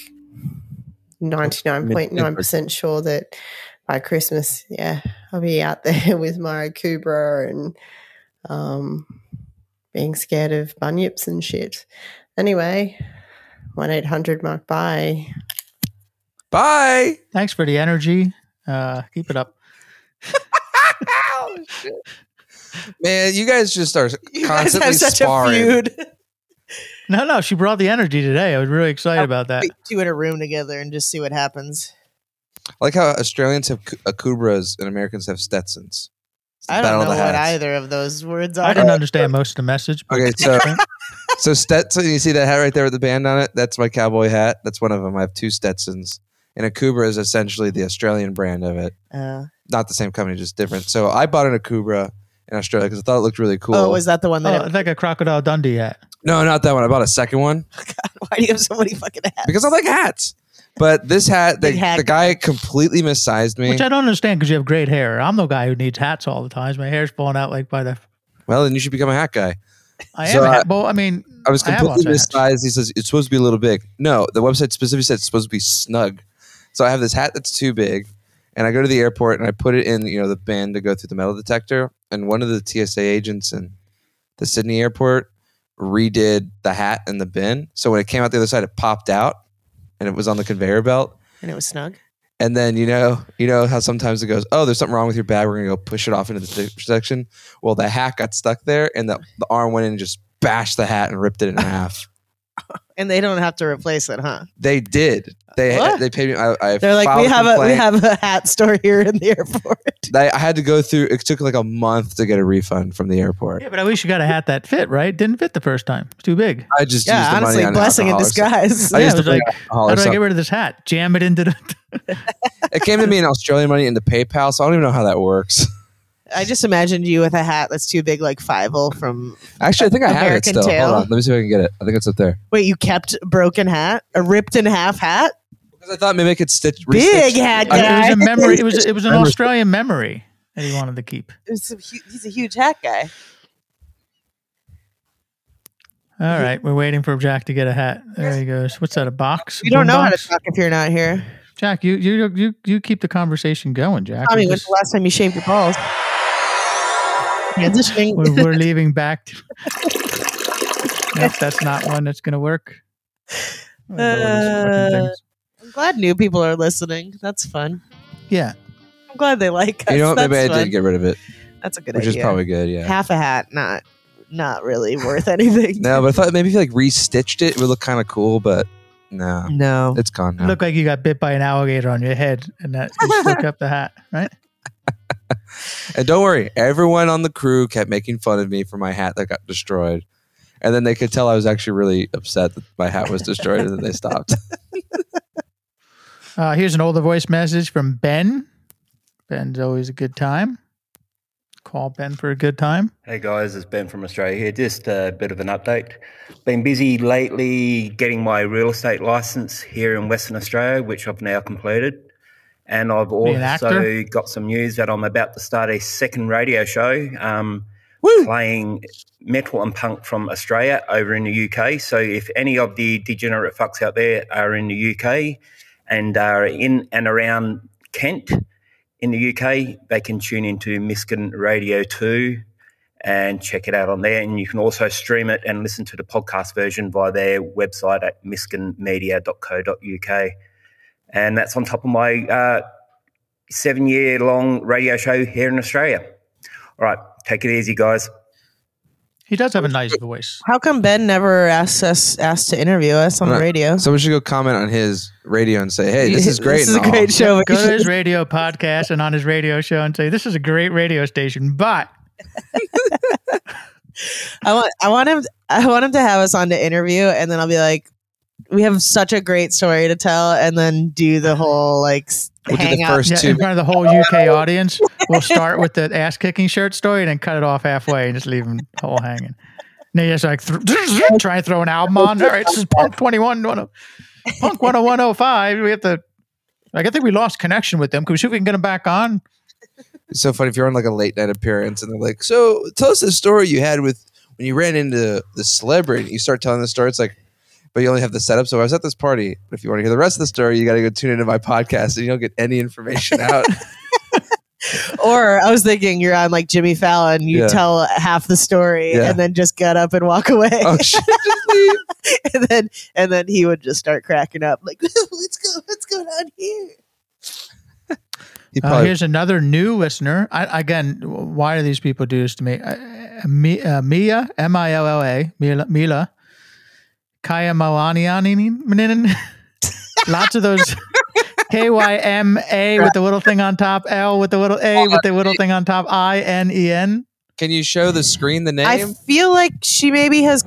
S10: 99.9% sure that by Christmas, yeah, I'll be out [laughs] there with my Kubra and um, being scared of bunyips and shit. Anyway, 1 800 Mark Bye.
S3: Bye.
S7: Thanks for the energy. Uh, keep it up.
S3: Man, you guys just are
S6: [laughs] You guys
S3: constantly
S6: have such
S3: sparring.
S6: a feud.
S7: [laughs] No, no, she brought the energy today. I was really excited about that.
S6: Put two in a room together and just see what happens.
S3: I like how Australians have Ku- uh, Kubras and Americans have Stetsons. It's the
S6: I
S3: battle
S6: don't
S3: of
S6: know
S3: the
S6: what
S3: hats.
S6: either of those words
S7: I
S6: are.
S7: didn't understand most of the message. but-
S3: Okay, so
S6: [laughs]
S3: so Stetson, you see that hat right there with the band on it? That's my cowboy hat. That's one of them. I have two Stetsons, and a Kubra is essentially the Australian brand of it.
S6: Uh,
S3: Not the same company, just different. So I bought an Akubra in Australia because I thought it looked really cool.
S6: Oh, was that the one that?
S7: Oh, like a crocodile Dundee hat.
S3: no, not that one. I bought a second one
S6: [laughs] why do you have so many fucking hats?
S3: because I like hats. But this hat, the,
S6: Big hat.
S3: the guy completely missized me.
S7: Which I don't understand because you have great hair. I'm the guy who needs hats all the times. My hair's falling out like by the.
S3: well, then you should become a hat guy.
S7: I am.
S3: So
S7: a
S3: I-
S7: hat. Well, I mean,
S3: I was
S7: I have
S3: completely
S7: lots of
S3: missized. He says it's supposed to be a little big. No, the website specifically said it's supposed to be snug. So I have this hat that's too big, and I go to the airport and I put it in, you know, the bin to go through the metal detector. And one of the TSA agents in the Sydney airport redid the hat in the bin. So when it came out the other side, it popped out, and it was on the conveyor belt.
S6: And it was snug.
S3: And then you know, you know how sometimes it goes, oh, there's something wrong with your bag. We're gonna go push it off into the th- section. Well, the hat got stuck there, and the, the arm went in and just bashed the hat and ripped it in half.
S6: And they don't have to replace it, huh?
S3: They did. They
S6: What?
S3: they paid me. I, I
S6: They're like,
S3: filed
S6: we have a we
S3: complaint.
S6: have a hat store here in the airport.
S3: They- I had to go through. It took like a month to get a refund from the airport.
S7: Yeah, but I wish you got a hat that fit, right? Didn't fit the first time. It's too big.
S3: I just used
S6: yeah,
S3: the
S6: honestly,
S3: money on
S6: blessing in
S3: alcohol or something.
S6: disguise.
S3: I
S7: Yeah,
S3: used
S7: it
S3: to
S7: was like, how
S3: alcohol or
S7: do I get
S3: something.
S7: rid of this hat? Jam it into the. [laughs]
S3: It came to me in Australian money into PayPal, so I don't even know how that works. [laughs]
S6: I just imagined you with a hat that's too big, like Fievel from.
S3: Actually, I think I have it
S6: American
S3: still.
S6: Tail.
S3: Hold on, let me see if I can get it. I think it's up there
S6: Wait, you kept a broken hat, a ripped in half hat,
S3: because I thought maybe I could stitch.
S6: big
S3: restitch-
S6: hat
S3: I-
S6: guy. [laughs]
S7: It was a memory. It was it was an
S3: Memory.
S7: Australian memory that he wanted to keep.
S6: It's a hu- he's a huge hat guy.
S7: All
S6: Mm-hmm.
S7: right, we're waiting for Jack to get a hat. There he goes. What's that? A box?
S6: We don't
S7: Boom
S6: know how to
S7: box?
S6: talk if you're not here.
S7: Jack, you you you you keep the conversation going, Jack.
S6: Tommy,
S7: We're
S6: when's
S7: just-
S6: the last time you shaved your balls? Transitioning.
S7: we're, we're leaving back.
S6: [laughs]
S7: To, [laughs] Nope, that's not one that's going to work.
S6: Uh,
S7: I don't know what this fucking thing's-
S6: I'm glad new people are listening. That's fun.
S7: yeah,
S6: I'm glad they like us.
S3: You know, what? maybe
S6: That's
S3: I
S6: fun.
S3: did get rid of it,
S6: That's a good
S3: which
S6: idea.
S3: is probably good. Yeah.
S6: half a hat, not
S3: [laughs]
S6: not really worth anything.
S3: No, but I thought maybe if you like restitched it, it would look kind of cool. But no,
S6: no.
S3: it's gone now.
S7: look like you got bit by an alligator on your head, and that you stuck up the hat, right?
S3: And don't worry, everyone on the crew kept making fun of me for my hat that got destroyed. And then they could tell I was actually really upset that my hat was destroyed and then they
S6: [laughs]
S3: stopped.
S7: Uh, here's an older voice message from Ben. Ben's always a good time. Call Ben for a good time.
S9: Hey guys, it's Ben from Australia here. Just a bit of an update. Been busy lately getting my real estate license here in Western Australia, which I've now completed. And I've
S7: an actor?
S9: also got some news that I'm about to start a second radio show um, playing metal and punk from Australia over in the UK. So if any of the degenerate fucks out there are in the UK and are in and around Kent in the UK, they can tune into Miskin Radio 2 and check it out on there. And you can also stream it and listen to the podcast version via their website at miskinmedia.co.uk. And that's on top of my uh, seven year long radio show here in Australia. All right, take it easy, guys.
S7: He does have a nice voice.
S6: How come Ben never asked us asked to interview us on the
S3: Right.
S6: radio?
S3: Someone should go comment on his radio and say, hey, this is great.
S6: [laughs] This is a
S3: and all.
S6: great show.
S7: Go to his radio podcast and on his radio show and say, This is a great radio station, but
S6: I want I want him I want him to have us on to interview and then I'll be like we have such a great story to tell and then do the whole like s-
S3: We'll do
S6: hang
S3: the
S6: out.
S3: first
S7: yeah,
S3: two.
S7: in front of the whole UK audience, we'll start with the ass kicking shirt story and then cut it off halfway and just leave him whole hanging. Now you're just like th- [laughs] try and throw an album on. All right, this is Punk 21, 10 Punk oh, 10105. We have to. Like, I think we lost connection with them. Can we see if we can get them back on?
S3: It's so funny if you're on like a late night appearance and they're like, "So tell us the story you had with when you ran into the celebrity." You start telling the story. It's like, but you only have the setup. So I was at this party. But if you want to hear the rest of the story, you got to go tune into my podcast, and you don't get any information
S6: [laughs]
S3: out.
S6: Or I was thinking you're on like Jimmy Fallon, you
S3: Yeah.
S6: tell half the story
S3: Yeah.
S6: and then just get up and walk away.
S3: oh shit! Just leave.
S6: [laughs] and then and then he would just start cracking up like [laughs] let's go what's going on here.
S3: He
S6: Oh,
S7: Uh,
S3: probably,
S7: here's another new listener. I, again, why do these people do this to me? Uh, Mi- uh, Mia, M I L L A, Mila, Mila, Kaya Malaniani. [laughs] Lots of those [laughs] K Y M A with the little thing on top, L with the little A with the little thing on top, I N E N.
S3: can you show the screen the name?
S6: I feel like she maybe has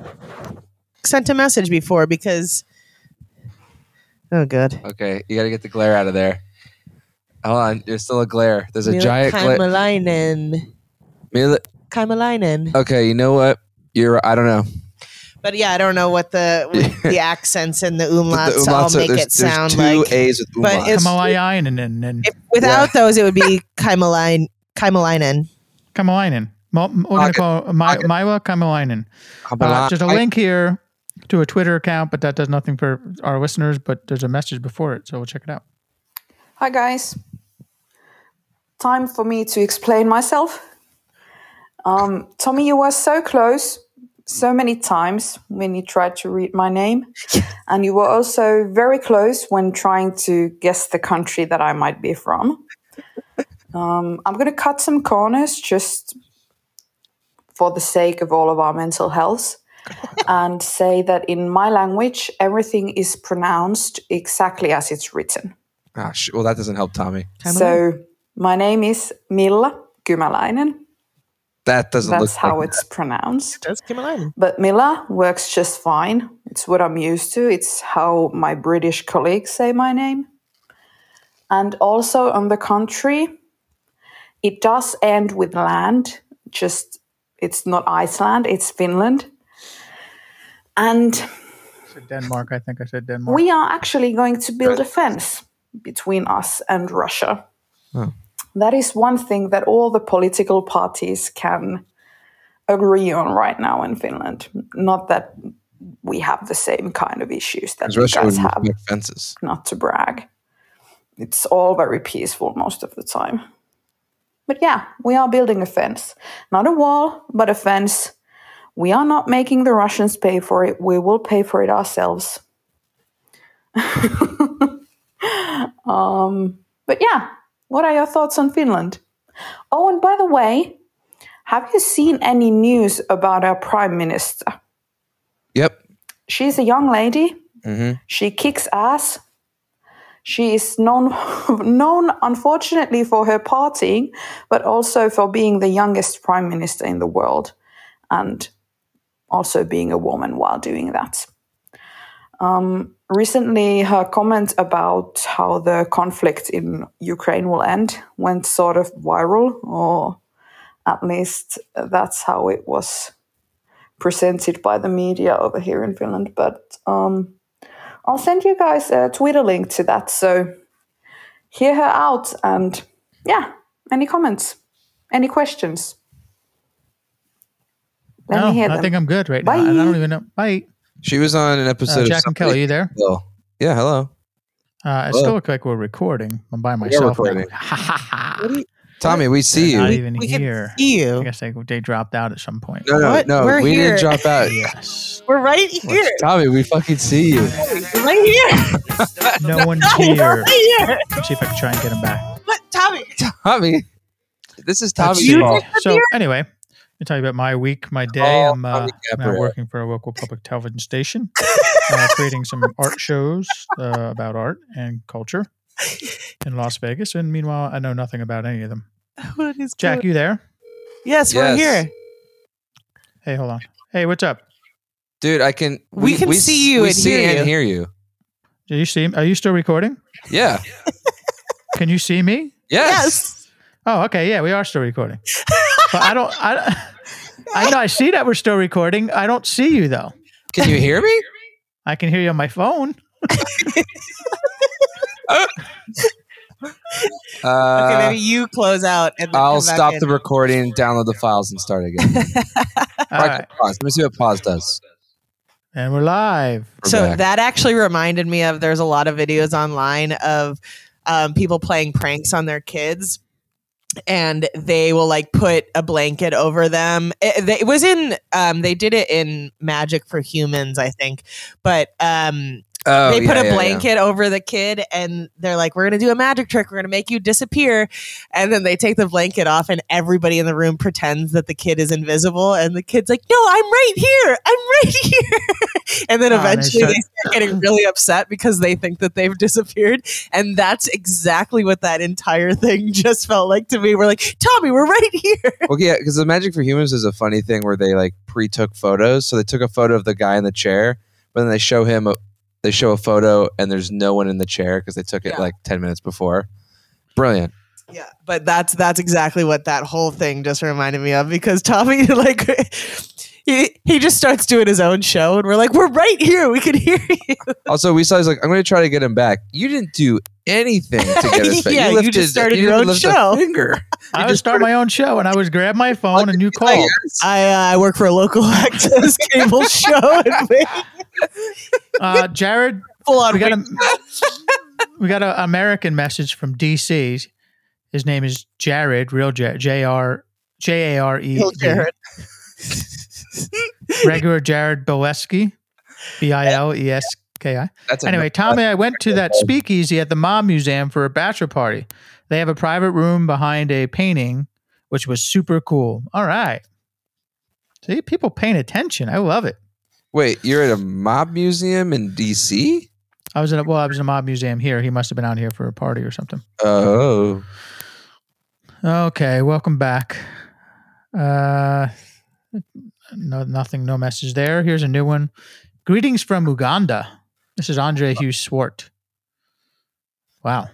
S6: sent a message before because oh good.
S3: okay, you got to get the glare out of there. Hold on, there's still a glare. There's a
S6: Mila
S3: giant glare.
S6: Kaimalainen.
S3: Mila-
S6: Kaimalainen.
S3: Okay, you know what? You're. I don't know.
S6: But yeah, I don't know what the
S3: [laughs]
S6: with the accents and the umlauts,
S3: umlauts are-
S6: all make
S3: there's-
S6: it sound
S3: there's two
S6: like.
S3: A's with
S6: but
S3: umlaut.
S6: it's-
S7: Kamalainen.
S6: if, without those, it would be Kaimalainen. Kaimalainen.
S7: Kamalainen. Mo- We're going to
S3: Pocket-
S7: call Mi-
S3: pocket.
S7: Maiwa Kamalainen. Uh,
S3: Umlaut.
S7: there's a
S3: I-
S7: link here to a Twitter account, but that does nothing for our listeners. But there's a message before it, so we'll check it out.
S11: Hi, guys. Time for me to explain myself. Um, Tommy, you were so close so many times when you tried to read my name. And you were also very close when trying to guess the country that I might be from. Um, I'm going to cut some corners just for the sake of all of our mental health and say that in my language, everything is pronounced exactly as it's written.
S3: Ah, sh- well, that doesn't help, Tommy.
S11: So my name is Milla Gumalainen.
S3: That doesn't
S11: That's
S3: look.
S11: how
S3: like
S11: it's pronounced.
S6: That's Kaimalainen.
S11: But Milla works just fine. It's what I'm used to. It's how my British colleagues say my name. And also on the country, it does end with land. Just it's not Iceland, it's Finland. And
S7: Denmark, I think I said Denmark.
S11: we are actually going to build a fence between us and Russia.
S3: Oh.
S11: That is one thing that all the political parties can agree on right now in Finland. Not that we have the same kind of issues that
S3: Because
S11: you
S3: Russia
S11: guys
S3: would
S11: have,
S3: make fences.
S11: not to brag. It's all very peaceful most of the time. But yeah, we are building a fence. Not a wall, but a fence. We are not making the Russians pay for it. We will pay for it ourselves. [laughs] um, but yeah, what are your thoughts on Finland? Oh, and by the way, have you seen any news about our prime minister?
S3: Yep.
S11: She's a young lady.
S3: hmm
S11: She kicks ass. She is known, [laughs] known, unfortunately, for her partying, but also for being the youngest prime minister in the world and also being a woman while doing that. Um, recently, her comment about how the conflict in Ukraine will end went sort of viral, or at least that's how it was presented by the media over here in Finland. But um, I'll send you guys a Twitter link to that. So hear her out and yeah, any comments? Any questions? Let
S7: no,
S11: me hear
S7: I
S11: them.
S7: think I'm good right now.
S11: Bye.
S7: and I don't even know. Bye.
S3: She was on an
S7: Uh,
S3: episode of
S7: Jack and Kelly,
S3: Somebody
S7: you there?
S3: Bill. Yeah, hello.
S7: Uh, it
S3: Hello.
S7: still looks like we're recording. I'm by myself.
S3: recording.
S7: Not
S3: Tommy, we see you.
S7: even
S6: We can
S7: here.
S6: see you.
S7: I guess they, they dropped out at some point.
S3: no, no,
S6: What?
S3: no.
S6: We're
S3: we didn't
S6: here.
S3: drop out.
S7: Yes.
S6: [laughs] We're right here.
S3: Tommy, we fucking see
S6: [laughs]
S3: you.
S6: Right here. [laughs]
S7: No one's here.
S6: Right here.
S7: Let's see if I can try and get him back.
S6: What Tommy?
S3: Tommy, this is
S7: Let's
S3: Tommy's
S7: see.
S3: fault.
S7: So anyway, I'm talking about my week, my day.
S3: Oh,
S7: I'm uh,
S3: Tommy
S7: now
S3: Caprio.
S7: working for a local public television station, uh, creating some art shows uh, about art and culture in Las Vegas. And meanwhile, I know nothing about any of them.
S6: What is
S7: Jack, you there?
S6: Yes, we're
S3: Yes.
S6: here.
S7: Hey, hold on. Hey, what's up?
S3: Dude, I can.
S6: We can see you
S3: We
S6: and
S3: see
S6: hear
S3: and
S6: you.
S3: hear you.
S7: Do you see? Are you still recording?
S6: [laughs]
S3: Yeah.
S7: Can you see me?
S3: Yes.
S7: Oh, okay. Yeah, we are still recording. but I [laughs] don't. I, I know. I see that we're still recording. I don't see you though.
S3: Can you hear me?
S7: I can hear you on my phone.
S3: Uh,
S6: [laughs] okay, maybe you close out and then
S3: I'll
S6: come back
S3: stop
S6: in.
S3: the recording, download the files, and start again.
S6: [laughs]
S3: Michael, pause. Let me see what pause does.
S7: And we're live.
S6: So that actually reminded me of there's a lot of videos online of um, people playing pranks on their kids, and they will like put a blanket over them. It, they- it was in um, they did it in Magic for Humans, I think, but um,
S5: Oh,
S6: they
S5: yeah,
S6: put
S5: yeah,
S6: a
S5: yeah.
S6: blanket over the kid, and they're like, "We're gonna do a magic trick. We're gonna make you disappear," and then they take the blanket off, and everybody in the room pretends that the kid is invisible, and the kid's like, "No, I'm right here. I'm right [laughs] here." and then
S5: Oh, they
S6: eventually
S5: should-
S6: they start getting really upset because they think that they've disappeared. And that's exactly what that entire thing [laughs] just felt like to me. We're like, Tommy, we're right here.
S3: Well, yeah, because the Magic for Humans is a funny thing where they like pre-took photos. So they took a photo of the guy in the chair, but then they show him, a, they show a photo, and there's no one in the chair because they took it like ten minutes before. Brilliant.
S6: But that's that's exactly what that whole thing just reminded me of because Tommy [laughs] like he he just starts doing his own show and we're like, We're right here. We can hear you.
S3: Also, we saw he's like, I'm going to try to get him back. You didn't do anything to get us back.
S6: Yeah, you just started your
S3: didn't
S6: own
S3: lift a
S6: show.
S3: finger.
S7: I
S3: You
S7: would
S3: just
S7: start my own show and I would grab my phone and you
S3: [laughs]
S7: call.
S6: [laughs] I uh, I work for a local [laughs] access [laughs] cable show.
S7: Uh, Jared, we got a [laughs] we got an American message from DC. His name is Jared, real J J R J A R E.
S5: Real Jared.
S7: [laughs] Regular Jared Bileski, B I L E S K I.
S3: That's a-
S7: anyway, Tommy. I went
S5: [laughs]
S7: to that speakeasy at the Mom Museum for a bachelor party. They have a private room behind a painting, which was super cool. All right, see people paying attention. I love it.
S3: Wait, you're at a mob museum in D.C.?
S7: I was in a, well, I was in a mob museum here. He must have been out here for a party or something.
S3: Oh.
S7: Okay, welcome back. Uh, no, nothing, no message there. Here's a new one. Greetings from Uganda. This is Andre Hughes Swart. Wow.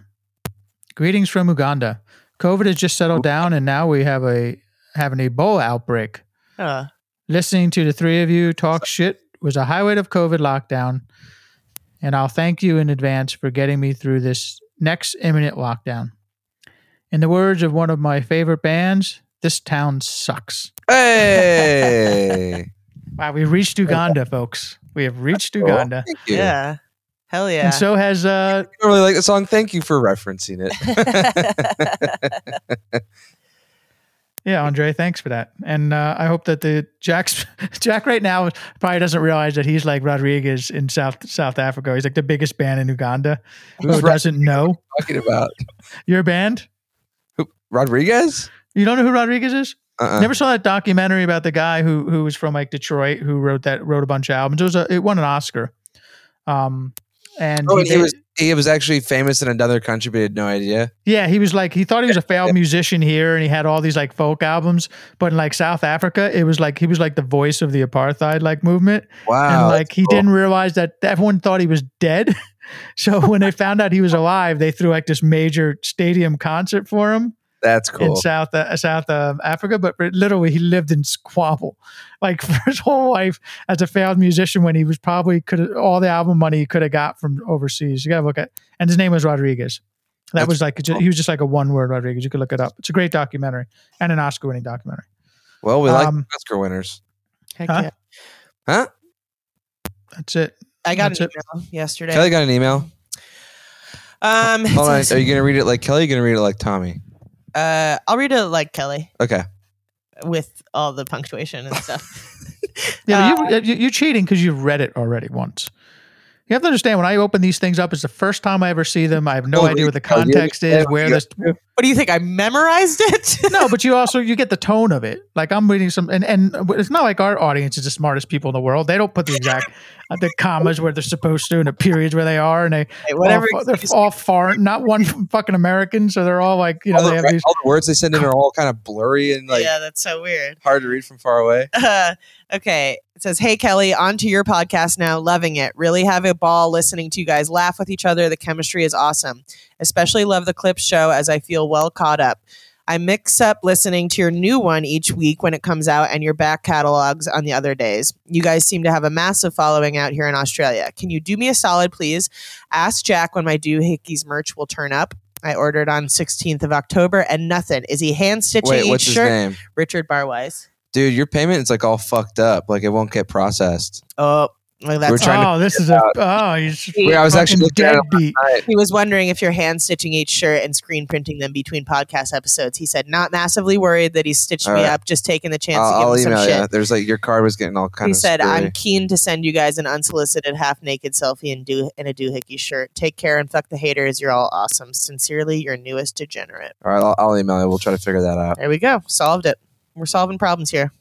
S7: Greetings from Uganda. COVID has just settled down, and now we have a have an Ebola outbreak.
S6: Uh,
S7: Listening to the three of you talk shit was a highlight of COVID lockdown, and I'll thank you in advance for getting me through this next imminent lockdown. In the words of one of my favorite bands, this town sucks.
S3: Hey.
S7: Wow, we reached Uganda, folks. We have reached Uganda.
S3: Oh, Thank you. Yeah.
S6: Hell yeah.
S7: And so has uh
S3: I really like the song. Thank you for referencing it.
S7: yeah, Andre, thanks for that. And uh, I hope that the Jack's [laughs] Jack right now probably doesn't realize that he's like Rodriguez in South South Africa. He's like the biggest band in Uganda. Who
S3: Who's Rod-
S7: doesn't know
S3: Talking about
S7: your band?
S3: Rodriguez?
S7: You don't know who Rodriguez is?
S3: Uh-uh.
S7: Never saw that documentary about the guy who who was from like Detroit who wrote that wrote a bunch of albums. It was a, it won an Oscar. Um, and
S3: Oh, and he
S7: did-
S3: was he was actually famous in another country, but he had no idea.
S7: Yeah, he was like he thought he was a failed musician here, and he had all these like folk albums. But in like South Africa, it was like he was like the voice of the apartheid like movement.
S3: Wow,
S7: And like
S3: Ah, that's
S7: he
S3: cool.
S7: didn't realize that everyone thought he was dead. [laughs] so when they found out he was alive, they threw like this major stadium concert for him
S3: That's
S7: in
S3: cool.
S7: South uh, South um, Africa, but but literally he lived in squabble, [laughs] like for his whole life as a failed musician. When he was probably could all the album money he could have got from overseas. You got to look at, and his name was Rodriguez. That was like ju- he was just like a one word Rodriguez. You could look it up. It's a great documentary and an Oscar winning documentary.
S3: Well, we like
S7: Um,
S3: Oscar winners.
S6: Heck
S7: Huh?
S6: yeah.
S3: Huh?
S7: That's it.
S6: I got
S7: That's
S6: an
S7: it.
S6: email yesterday.
S3: Kelly got an email.
S6: um
S3: Hold on. Are you gonna read it like Kelly? Or are you gonna read it like Tommy?
S6: uh I'll read it like Kelly
S3: Okay.
S6: with all the punctuation and stuff.
S7: Yeah,
S6: Uh,
S7: but you, you- you're cheating because you've read it already once. You have to understand when I open these things up, it's the first time I ever see them. I have no
S6: Oh,
S7: idea what the
S6: oh, you-
S7: context is,
S6: oh,
S7: where
S6: you-
S7: this.
S6: [laughs] What do you think? I memorized [laughs] it?
S7: no, but you also you get the tone of it. Like I'm reading some, and and it's not like our audience is the smartest people in the world. They don't put the exact uh, the commas where they're supposed to, and the periods where they are, and they
S6: Oh.
S3: whatever
S7: all, they're all foreign, not one fucking American. So they're all like you know
S3: all,
S7: they
S3: the,
S7: have
S3: all
S7: these.
S3: the words they send in are all kind of blurry and like
S6: yeah, that's so weird.
S3: hard to read from far away.
S6: Uh, [laughs] okay. It says, Hey, Kelly, on to your podcast now. Loving it. Really have a ball listening to you guys laugh with each other. The chemistry is awesome. Especially love the clip show as I feel well caught up. I mix up listening to your new one each week when it comes out and your back catalogs on the other days. You guys seem to have a massive following out here in Australia. Can you do me a solid, please? Ask Jack when my doohickeys merch will turn up. I ordered on 16th of October and nothing. Is he hand
S3: Wait,
S6: stitching each
S3: what's his
S6: shirt?
S3: name?
S6: Richard Barwise.
S3: Dude, your payment is like all fucked up. Like it won't get processed.
S6: Oh, well, that's
S3: We're [laughs] trying to
S7: oh, this
S3: figure
S7: is
S3: it
S7: a
S3: out.
S7: oh, he's
S3: Wait, I was actually looking at it
S7: deadbeat.
S6: He was wondering if you're hand stitching each shirt and screen printing them between podcast episodes. He said, "Not massively worried that he stitched
S3: All
S6: me
S3: right.
S6: up, just taking the chance
S3: I'll, I'll
S6: to give him
S3: email
S6: some
S3: you.
S6: shit."
S3: There's like your card was getting all kind
S6: He
S3: of.
S6: said, "I'm
S3: screwy.
S6: keen to send you guys an unsolicited half-naked selfie and do in a doohickey shirt. Take care and fuck the haters. You're all awesome. Sincerely, your newest degenerate."
S3: All right, I'll, I'll email you. We'll try to figure that out.
S6: There we go. Solved it. We're solving problems here.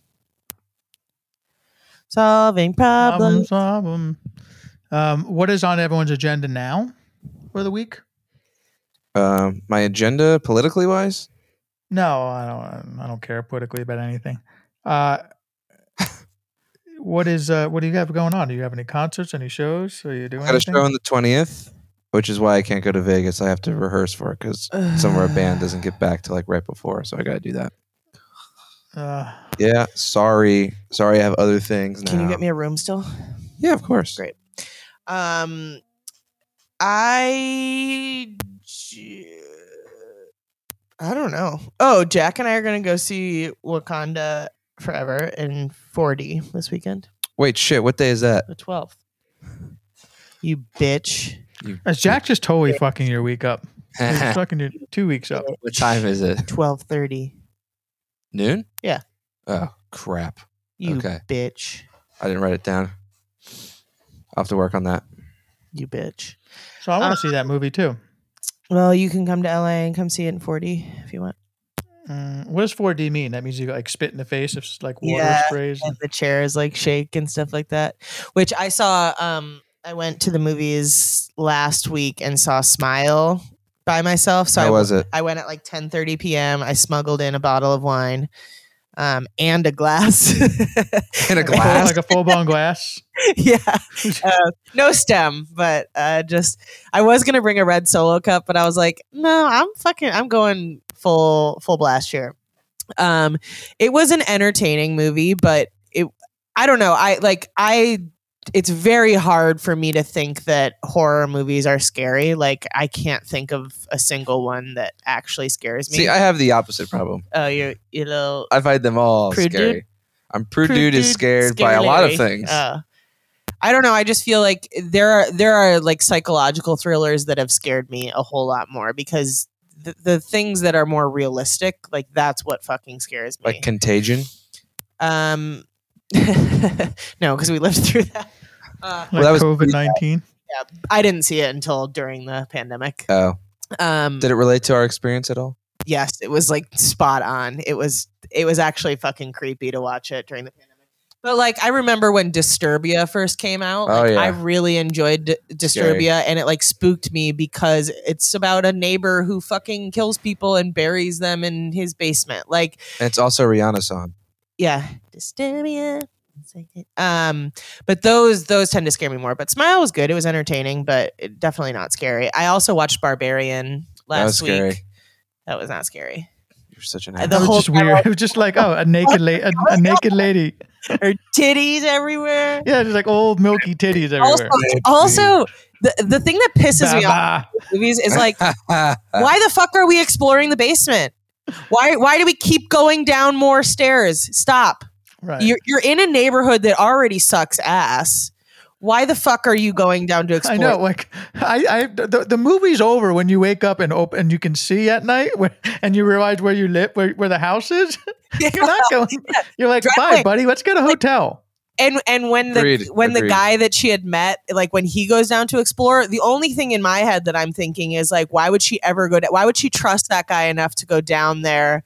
S6: Solving
S7: Problem, problem.
S6: problems.
S7: Um, what is on everyone's agenda now for the week?
S3: Um, my agenda, politically wise,
S7: No, I don't. I don't care politically about anything. Uh, what is uh, what do you have going on? Do you have any concerts? Any shows? Are you doing
S3: I got a
S7: anything?
S3: show on the twentieth, which is why I can't go to Vegas. I have to rehearse for it
S6: [sighs]
S3: because somewhere a band doesn't get back to like right before, so I got to do that.
S7: Uh,
S3: Yeah, sorry, sorry, I have other things now.
S6: Can you get me a room still?
S3: Yeah, of course.
S6: Great. Um, I j- I don't know. Oh, Jack and I are gonna go see Wakanda Forever in 4D this weekend,
S3: Wait, shit, what day is that?
S6: the 12th. You bitch.
S7: Is Jack just totally fucking your week up?
S3: [laughs]
S7: He's fucking your two weeks up.
S3: What time is it?
S6: 12:30.
S3: Noon?
S6: Yeah.
S3: Oh crap!
S6: You
S3: Okay.
S6: bitch.
S3: I didn't write it down. I'll have to work on that.
S6: You bitch.
S7: So I want to see
S3: Um,
S7: that movie too.
S6: Well, you can come to LA and come see it in 4D if you want.
S7: Mm, what does 4D mean? That means you like spit in the face if like water
S6: Yeah,
S7: sprays.
S6: and the chairs like shake and stuff like that. Which I saw. Um, I went to the movies last week and saw Smile by myself. So
S3: How
S6: I
S3: was it?
S6: I went at like 10:30 p.m. I smuggled in a bottle of wine, um, and a glass. [laughs]
S3: In
S7: Like a full-
S3: a [laughs] glass.
S7: like a full blown
S3: [laughs]
S7: glass.
S6: yeah, uh, no stem, but uh, just I was gonna bring a red solo cup, but I was like, no, I'm fucking, I'm going full full blast here. Um, it was an entertaining movie, but it, I don't know, I like I. It's very hard for me to think that horror movies are scary. Like I can't think of a single one that actually scares me.
S3: See, I have the opposite problem.
S6: oh, you're you know,
S3: I find them all
S6: Prude
S3: scary.
S6: dude?
S3: I'm prude, dude is scared by a lot of things.
S6: Oh. Uh, I don't know. I just feel like there are there are like psychological thrillers that have scared me a whole lot more because the, the things that are more realistic, like that's what fucking scares me.
S3: like Contagion.
S6: um, [laughs] no, because we lived through that. Uh,
S7: Like
S3: that was-
S7: COVID nineteen.
S6: I didn't see it until during the pandemic.
S3: Oh,
S6: Um,
S3: did it relate to our experience at all?
S6: yes, it was like spot on. It was it was actually fucking creepy to watch it during the pandemic. But like I remember when Disturbia first came out,
S3: Oh,
S6: like,
S3: yeah.
S6: I really enjoyed D- Disturbia
S3: Scary.
S6: and it like spooked me because it's about a neighbor who fucking kills people and buries them in his basement. Like
S3: And it's also a Rihanna song.
S6: yeah, Disturbia. It's like it- Um, but those those tend to scare me more. But Smile was good; it was entertaining, but it, definitely not scary. I also watched Barbarian
S3: that was
S6: last
S3: scary.
S6: week. That was not scary.
S3: You're such an
S6: I-
S3: ass.
S6: the
S7: That
S6: whole
S7: was just weird. [laughs] It was just like oh, a naked lady, a, a naked lady.
S6: Her titties everywhere.
S7: Yeah, just like old milky
S3: [laughs]
S7: titties
S6: also,
S7: everywhere.
S6: also the, the thing that pisses me off
S7: Bah, bah.
S6: in movies
S3: [laughs]
S6: is like why the fuck are we exploring the basement why why do we keep going down more stairs stop
S7: Right.
S6: you're, you're in a neighborhood that already sucks ass why the fuck are you going down to explore
S7: I know, like I, I the, the movie's over when you wake up and open and you can see at night where, and you realize where you live, where, where the house is. [laughs] You're
S6: [laughs]
S7: not
S3: [laughs]
S7: going. You're like,
S6: Drive
S7: bye,
S6: away."
S7: buddy. Let's get a hotel.
S6: and and when the
S3: Agreed.
S6: when the
S3: Agreed.
S6: guy that she had met like when he goes down to explore the only thing in my head that i'm thinking is like why would she ever go down why would she trust that guy enough to go down there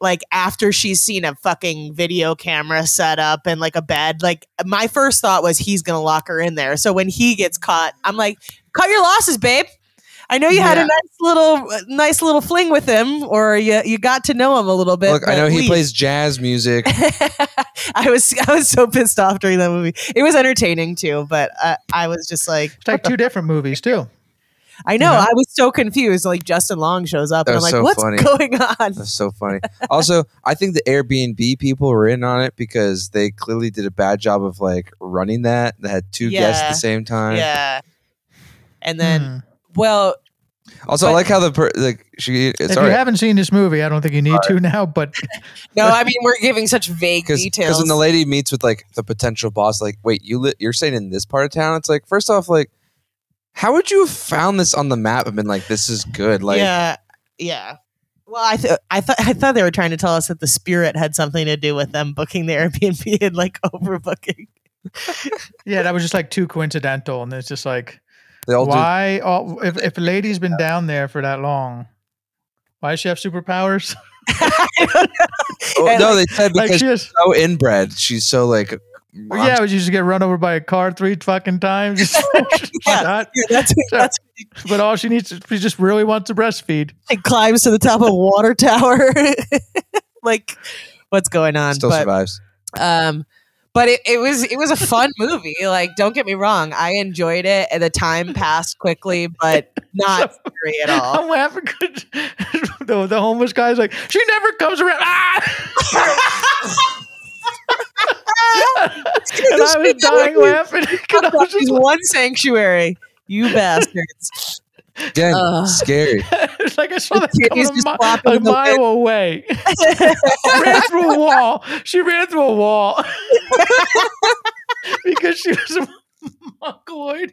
S6: like after she's seen a fucking video camera set up and like a bed like my first thought was he's gonna lock her in there so when he gets caught i'm like cut your losses babe I know you had a
S7: Yeah.
S6: nice little, nice little fling with him, or you you got to know him a little bit.
S3: Look, I
S6: but
S3: know he
S6: leave.
S3: plays jazz music.
S6: [laughs] I was I was so pissed off during that movie. It was entertaining too, but uh, I was just like,
S3: [laughs]
S7: It's like two different movies too.
S6: I know.
S3: Yeah.
S6: I was so confused. Like Justin Long shows up,
S3: That
S6: and I'm
S3: was
S6: like,
S3: so
S6: "What's
S3: funny.
S6: going on?"
S3: That's so funny. also, I think the Airbnb people were in on it because they clearly did a bad job of like running that. They had two guests at
S6: Yeah.
S3: the same time.
S6: Yeah. And then,
S7: Hmm.
S6: well,
S3: Also, I like how the per- like she.
S7: if
S3: It's
S7: you
S3: all right
S7: haven't seen this movie, I don't think you need to now. But [laughs]
S6: no, I mean, we're giving such vague
S3: because
S6: details. [laughs]
S3: when the lady meets with like the potential boss, like, wait, you li- you're staying in this part of town? It's like, first off, like, how would you have found this on the map and been like, this is good? Like,
S6: yeah, yeah. Well, I th- I thought I thought they were trying to tell us that the spirit had something to do with them booking the Airbnb and like [laughs] overbooking.
S7: yeah, that was just like too coincidental, and it's just like,
S3: They all do-
S7: why? all, if if a lady's been down there for that long, why does she have superpowers? [laughs]
S3: Oh, no, they said
S7: Like,
S3: because
S7: she
S3: she's so inbred, she's so like,
S7: yeah, but you just get run over by a car three fucking
S3: [laughs]
S7: times. [laughs] yeah,
S6: that's,
S7: but all she needs, is- she just really wants to breastfeed.
S6: It climbs to the top of a water tower. [laughs] like, what's going on?
S3: still
S6: but,
S3: survives.
S6: Um, but it, it was it was a fun movie. Like, don't get me wrong, I enjoyed it, and the time passed quickly, but not scary at
S7: [laughs]
S6: all.
S7: I'm laughing 'cause the, the homeless guy's like, she never comes around.
S6: [laughs]
S7: Ah! and I was dying laughing. 'cause I was
S6: She's
S7: just
S6: one sanctuary. [laughs] You bastards.
S3: again,
S6: Ugh. [laughs]
S3: scary.
S7: it's like I saw that
S6: The
S7: coming
S6: kitty's
S7: a,
S6: just
S7: mi-
S6: flopping
S7: a
S6: in the
S7: mile
S6: wind. [laughs]
S7: away. ran through a wall. She ran through a wall [laughs] because she was a mongoloid.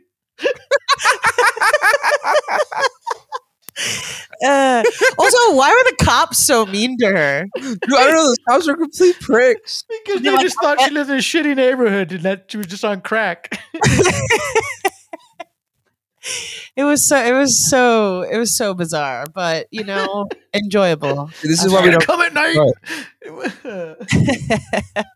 S6: Uh, also, why were the cops so mean to her?
S3: Dude, I don't know. Those cops are complete pricks.
S7: Because they just thought she lived in a shitty neighborhood and that she was just on crack.
S6: It was so. It was so. It was so bizarre, but you [laughs] know, enjoyable.
S3: This is why we don't
S7: Come at night.
S3: Right.
S7: [laughs]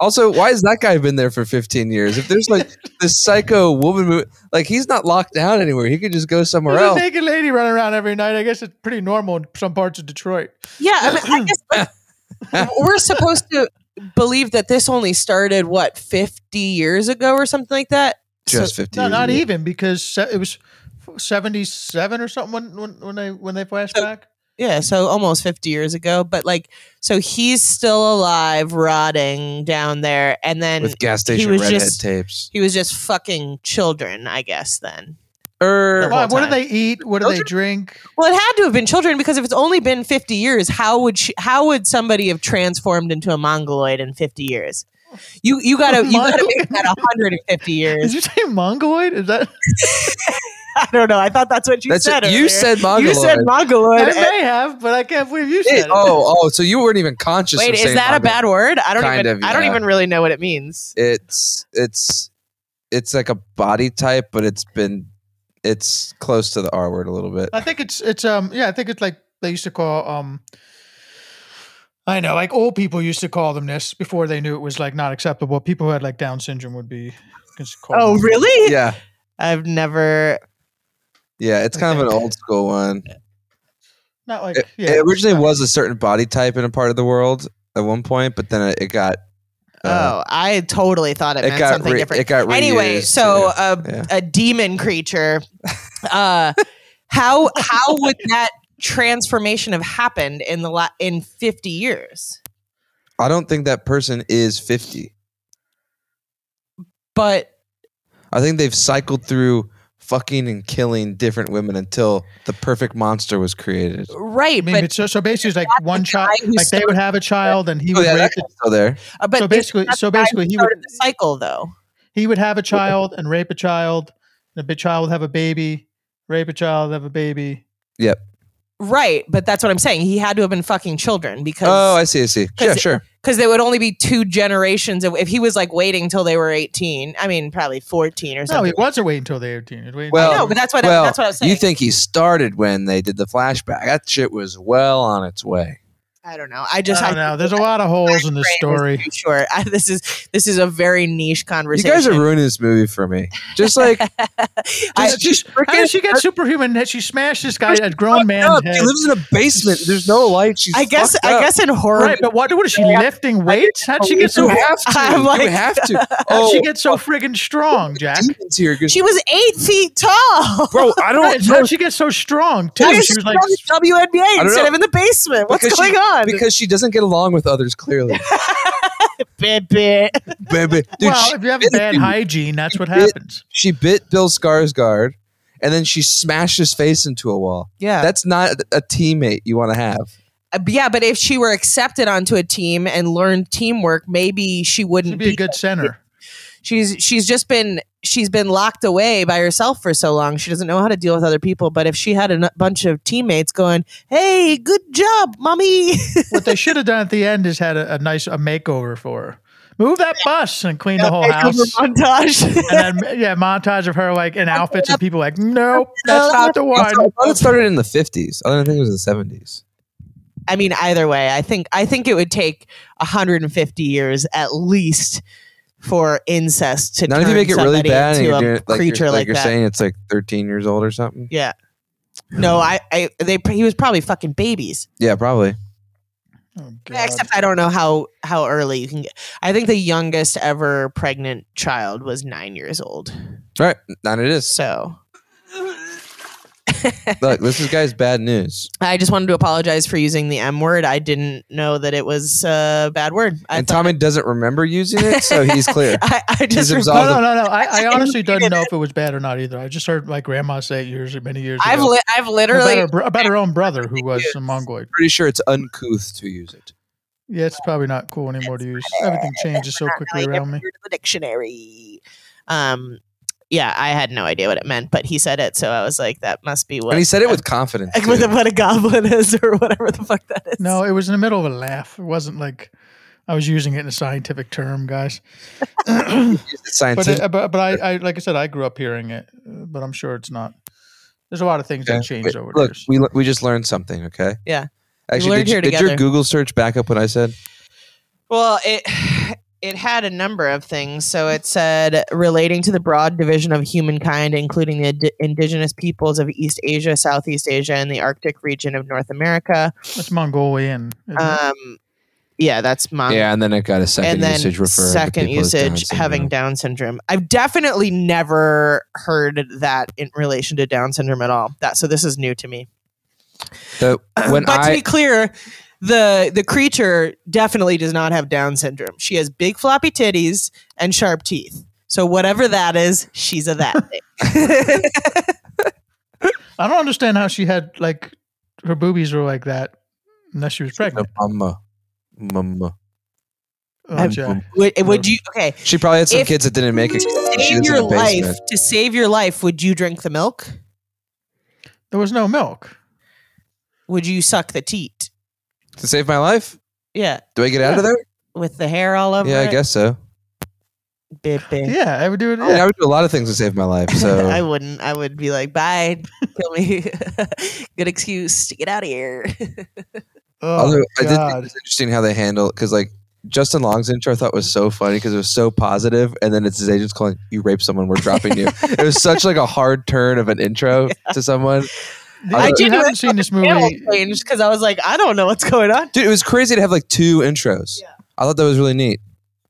S3: Also, why has that guy been there for 15 years? If there's
S6: [laughs]
S3: like this psycho woman, who- like he's not locked down anywhere. He could just go somewhere
S7: There's a
S3: else.
S7: naked lady running around every night. I guess it's pretty normal in some parts of Detroit.
S6: Yeah, I, [clears throat] mean, I guess like, we're supposed to believe that this only started what fifty years ago or something like that.
S3: Just 50
S7: No,
S3: years
S7: not
S3: ago.
S7: even because se- it was seventy-seven or something when when, when they when they flash back.
S6: Yeah, so almost fifty years ago, but like, so he's still alive, rotting down there, and then
S3: With gas
S6: he
S3: station
S6: was
S3: redhead
S6: just-
S3: tapes.
S6: He was just fucking children, I guess. Then
S3: Er,
S6: the
S7: Why,
S6: whole
S7: what do
S6: time.
S7: they eat? What do they drink?
S6: Well, it had to have been children because if it's only been 50 years, how would she, how would somebody have transformed into a mongoloid in 50 years? You you gotta you gotta make that 150
S7: Did
S6: years. [laughs]
S7: you say mongoloid? Is that
S6: I don't know. I thought that's what you
S3: That's
S6: said.
S3: it. You
S6: earlier.
S3: said
S6: You said
S7: I
S3: mongoloid.
S6: mongoloid. Eh,
S7: may have, but I can't believe you said
S3: Hey,
S7: it.
S3: oh, oh, so you weren't even conscious.
S6: Wait,
S3: of
S6: is
S3: saying
S6: that a
S3: mongoloid.
S6: bad word? I don't
S3: Kind
S6: even
S3: of,
S6: I don't
S3: yeah.
S6: even really know what it means.
S3: It's it's it's like a body type, but it's been it's close to the R word a little bit.
S7: I think it's it's um yeah, I think it's like they used to call um I know, like old people used to call them this before they knew it was like not acceptable. People who had like Down syndrome would be just called
S6: Oh,
S7: them.
S6: really?
S3: Yeah,
S6: I've never.
S3: yeah, it's kind of an old school one.
S7: not like
S3: It,
S7: yeah.
S3: it originally was a certain body type in a part of the world at one point, but then it, it got uh,
S6: oh, I totally thought it,
S3: it
S6: meant
S3: got
S6: something
S3: re-
S6: different.
S3: it got
S6: anyway,
S3: reused,
S6: so uh,
S3: yeah,
S6: a,
S3: yeah.
S6: a demon creature. [laughs] Uh, how how would that transformation have happened in the la- in fifty years?
S3: I don't think that person is 50.
S6: But
S3: I think they've cycled through fucking and killing different women until the perfect monster was created.
S6: right,
S7: I mean,
S6: but
S7: it's so, so basically, it's like one child,
S6: guy who
S7: like they would have a child, and he
S3: Oh,
S7: would
S3: yeah,
S7: rape
S3: that
S7: the
S3: guy's still there.
S6: uh, but
S7: so
S6: this-
S7: basically-
S6: that's
S7: so
S6: the guy
S7: basically
S6: who
S7: he
S6: started
S7: would-
S6: the cycle though.
S7: he would have a child and rape a child, and the child would have a baby, rape a child, have a baby.
S3: Yep.
S6: Right, but that's what I'm saying. He had to have been fucking children because
S3: Oh, I see. I see. Yeah,
S6: 'cause-
S3: sure.
S6: because there would only be two generations of if he was like waiting till they were 18 i mean probably 14 or
S7: No,
S6: something
S7: he wasn't waiting until they were eighteen. He was waiting
S3: Well,
S6: I know, but that's what I-
S3: well,
S6: that's what I was
S3: You
S6: saying.
S3: think he started when they did the flashback? That shit was well on its way.
S6: I don't know. I just
S7: I don't know. There's a lot of holes in this story.
S6: Sure, [laughs] I, this is this is a very niche
S3: You
S6: conversation.
S3: guys are ruining this movie for me. Just
S6: [laughs]
S3: like
S6: I,
S7: How does she get superhuman? that She smashed this guy, a grown man.
S3: up. She lives in a basement. There's no light. She's
S6: I guess.
S3: fucked
S6: I
S3: up.
S6: guess in horror.
S7: Right, but what? What is she lifting weights? How would she get so?
S3: [laughs] You have to.
S6: I'm like-
S3: you have to.
S7: How
S6: [laughs]
S7: would
S3: Oh,
S7: she get so friggin' strong, Jack?
S3: demons here. 'cause-
S6: She was eight
S3: [laughs]
S6: feet tall.
S3: bro, I
S7: How
S3: don't know.
S7: did she get so strong too?
S6: Why is
S7: She
S6: she
S7: was like,
S6: on the WNBA
S3: don't
S6: instead
S3: know.
S6: of in the basement? What's
S3: Because
S6: going
S3: she-
S6: on? [laughs]
S3: Because she doesn't get along with others, clearly.
S6: Baby.
S3: Baby. Dude,
S7: well,
S3: she,
S7: if you have
S3: bit
S7: bad
S3: him.
S7: hygiene, that's what
S3: bit-
S7: happens.
S3: she bit Bill Skarsgård, and then she smashed his face into a wall.
S6: Yeah.
S3: That's not a teammate you want to have.
S6: Uh, yeah, but if she were accepted onto a team and learned teamwork, maybe she wouldn't
S7: She'd be a [laughs] good center.
S6: she's she's just been she's been locked away by herself for so long she doesn't know how to deal with other people but if she had a n- bunch of teammates going hey good job mommy [laughs]
S7: what they should have done at the end is had a, a nice a makeover for her. Move that bus and clean the whole house.
S6: montage
S7: And then, yeah, montage of her like in outfits and people like, nope, that's not the
S3: I
S7: one.
S3: thought it started in the 50s. I don't think it was the 70s.
S6: [laughs] i mean either way i think i think it would take 150 years at least for incest to
S3: Not if you
S6: turn
S3: make it really
S6: somebody
S3: bad and
S6: into
S3: you're
S6: a
S3: doing it like
S6: creature
S3: you're, like
S6: like,
S3: you're
S6: that
S3: saying it's like 13 years old or something.
S6: yeah no i i they he was probably fucking babies
S3: Yeah, probably.
S7: Oh,
S6: Yeah,
S7: God.
S6: Except I don't know how how early you can get. I think the youngest ever pregnant child was nine years old.
S3: All right, not it
S6: [laughs]
S3: is.
S6: So
S3: Look, this is guys bad news.
S6: I just wanted to apologize for using the M word. I didn't know that it was a bad word. I
S3: and
S6: thought-
S3: Tommy doesn't remember using it, so he's clear.
S6: [laughs] I, I just.
S3: absolved
S6: remember-
S3: of-
S7: No, no, no, no. I, I honestly don't know if it was bad or not either. I just heard my grandma say it years, many years
S6: I've
S7: ago
S6: li- I've
S7: about,
S6: [laughs] literally
S7: her, bro- about her own brother who was a Mongoloid.
S3: Pretty sure it's uncouth to use it.
S7: Yeah, it's probably not cool anymore to use. Everything changes so quickly
S6: like,
S7: around me.
S6: to the dictionary. Um, yeah, I had no idea what it meant, but he said it, so I was like, that must be what.
S3: And he said it
S6: a- [laughs]
S3: with confidence.
S6: like what,
S3: too.
S6: a- what a goblin [laughs] is, or whatever the fuck that is.
S7: No, it was in the middle of a laugh. It wasn't like I was using it in a scientific term, guys.
S3: It's
S7: but
S3: scientific.
S7: it, uh, but, but I, I like I said, I grew up hearing it, uh, but I'm sure it's not. There's a lot of things
S3: Okay.
S7: that changed over the
S3: Look,
S7: years.
S3: we, le- we just learned something, okay?
S6: Yeah.
S3: Actually,
S6: learned
S3: did, you-
S6: here
S3: did
S6: together.
S3: your Google search back up what I said?
S6: Well, it it had a number of things. So it said relating to the broad division of humankind, including the indi- indigenous peoples of East Asia, Southeast Asia, and the Arctic region of North America.
S7: It's Mongolian. isn't it?
S3: Uh, Mm-hmm.
S6: Um, yeah, that's Mong.
S3: yeah, and then it got a second
S6: and then
S3: usage referring to
S6: second
S3: people as Down
S6: usage having
S3: syndrome.
S6: Down syndrome. I've definitely never heard that in relation to Down syndrome at all. That so this is new to me.
S3: So
S6: [clears throat]
S3: when
S6: but to
S3: I
S6: be clear, the the creature definitely does not have Down syndrome. She has big floppy titties and sharp teeth. So whatever that is, she's a that thing. [laughs]
S7: I don't understand how she had like her boobies were like that unless she was pregnant.
S3: mama, mama.
S7: Oh, Jack.
S6: would, would you okay?
S3: She probably had some
S6: If-
S3: kids that didn't make it.
S6: To
S3: She
S6: save
S3: lives in
S6: your
S3: a basement.
S6: life, to save your life, would you drink the milk?
S7: There was no milk.
S6: Would you suck the teat?
S3: To save my life?
S6: Yeah,
S3: Do I get out of there?
S6: with the hair all over.
S3: Yeah, I
S6: it?
S3: guess so.
S6: Bit, bit.
S7: Yeah, I would do it.
S3: I, mean,
S7: Yeah.
S3: I would do a lot of things to save my life.
S6: [laughs] I
S3: So
S6: wouldn't. I would be like, bye, [laughs] kill me. Good excuse to get out of here. [laughs]
S7: Oh,
S3: although I did think it
S7: God.
S3: was interesting how they handle because like Justin Long's intro I thought was so funny because it was so positive, and then it's his agents calling, "You raped someone, we're dropping
S7: [laughs]
S3: you." it was such like a hard turn of an intro to someone.
S7: I
S3: I
S7: you
S6: did-
S7: haven't seen this movie.
S6: changed because I was like, I don't know what's going on.
S3: Dude, it was crazy to have like two intros. I thought that was really neat.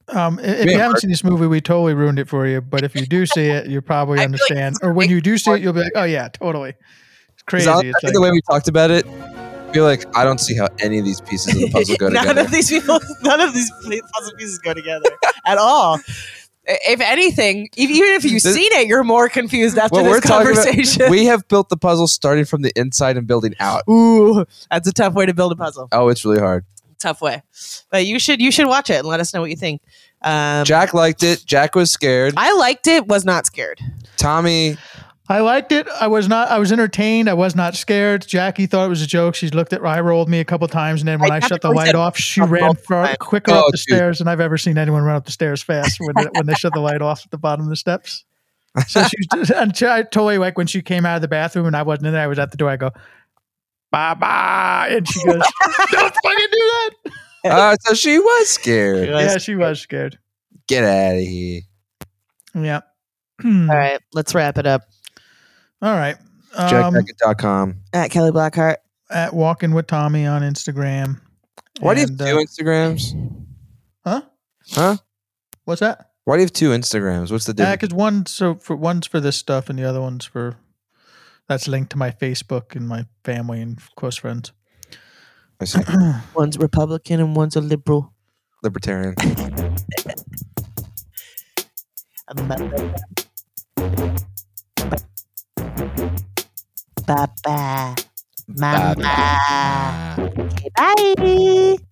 S7: Um, i- if you
S3: Yeah,
S7: haven't
S3: Mark.
S7: seen this movie, we totally ruined it for you. But if you do see it, you probably
S6: [laughs] I feel like
S7: understand. or when you do see it, you'll be like, "Oh yeah, totally." It's
S3: 'Cause
S7: crazy.
S3: I, I
S7: It's
S3: think
S7: like,
S3: the way we talked about it, I feel like I don't see how any of these pieces of the puzzle
S7: [laughs]
S3: go
S6: none
S3: together.
S6: of these people, [laughs] none of these pl- puzzle pieces go
S3: [laughs]
S6: together at all. If anything, if, even if you've
S3: This-
S6: seen it, you're more confused after
S3: What we're
S6: this
S3: talking about-
S6: conversation.
S3: we have built the puzzle starting from the inside and building out.
S6: [laughs] Ooh, that's a tough way to build a puzzle.
S3: Oh, it's really hard.
S6: Tough way, but you should you should watch it and let us know what you think. Um,
S3: Jack liked it. Jack was scared.
S6: I liked it. Was not scared.
S7: [laughs]
S3: Tommy,
S7: I liked it. I was not. I was entertained. I was not scared. Jackie thought it was a joke. She looked at. I rolled me a couple times, and then when
S6: I
S7: I, shut the
S6: definitely
S7: light
S6: said
S7: off, she
S6: I
S7: ran
S6: rolled
S7: far,
S6: my-
S7: quicker
S3: Oh,
S7: up the
S3: dude.
S7: stairs than I've ever seen anyone run up the stairs
S6: [laughs]
S7: fast when when they shut the light off at the bottom of the steps. So she was, and I totally like when she came out of the bathroom and I wasn't in there. I was at the door. I go, bye bye. And she goes, [laughs] don't fucking do that.
S3: Ah, so she was scared.
S7: Yeah, she was scared.
S3: Get out of here.
S7: Yeah. [clears throat]
S6: All right, let's wrap it up.
S7: All right. Um,
S3: JackNugget.com.
S6: At Kelly Blackheart.
S7: at Walking with Tommy on Instagram.
S3: Why do you have
S7: And,
S3: two
S7: uh,
S3: Instagrams?
S7: Huh?
S3: Huh?
S7: What's that?
S3: Why do you have two Instagrams? What's the difference?
S7: Because one so for one's for this stuff and the other one's for that's linked to my Facebook and my family and close friends.
S3: I see.
S6: One's Republican and one's a liberal.
S3: Libertarian.
S6: Bye bye. Mama. Okay, bye.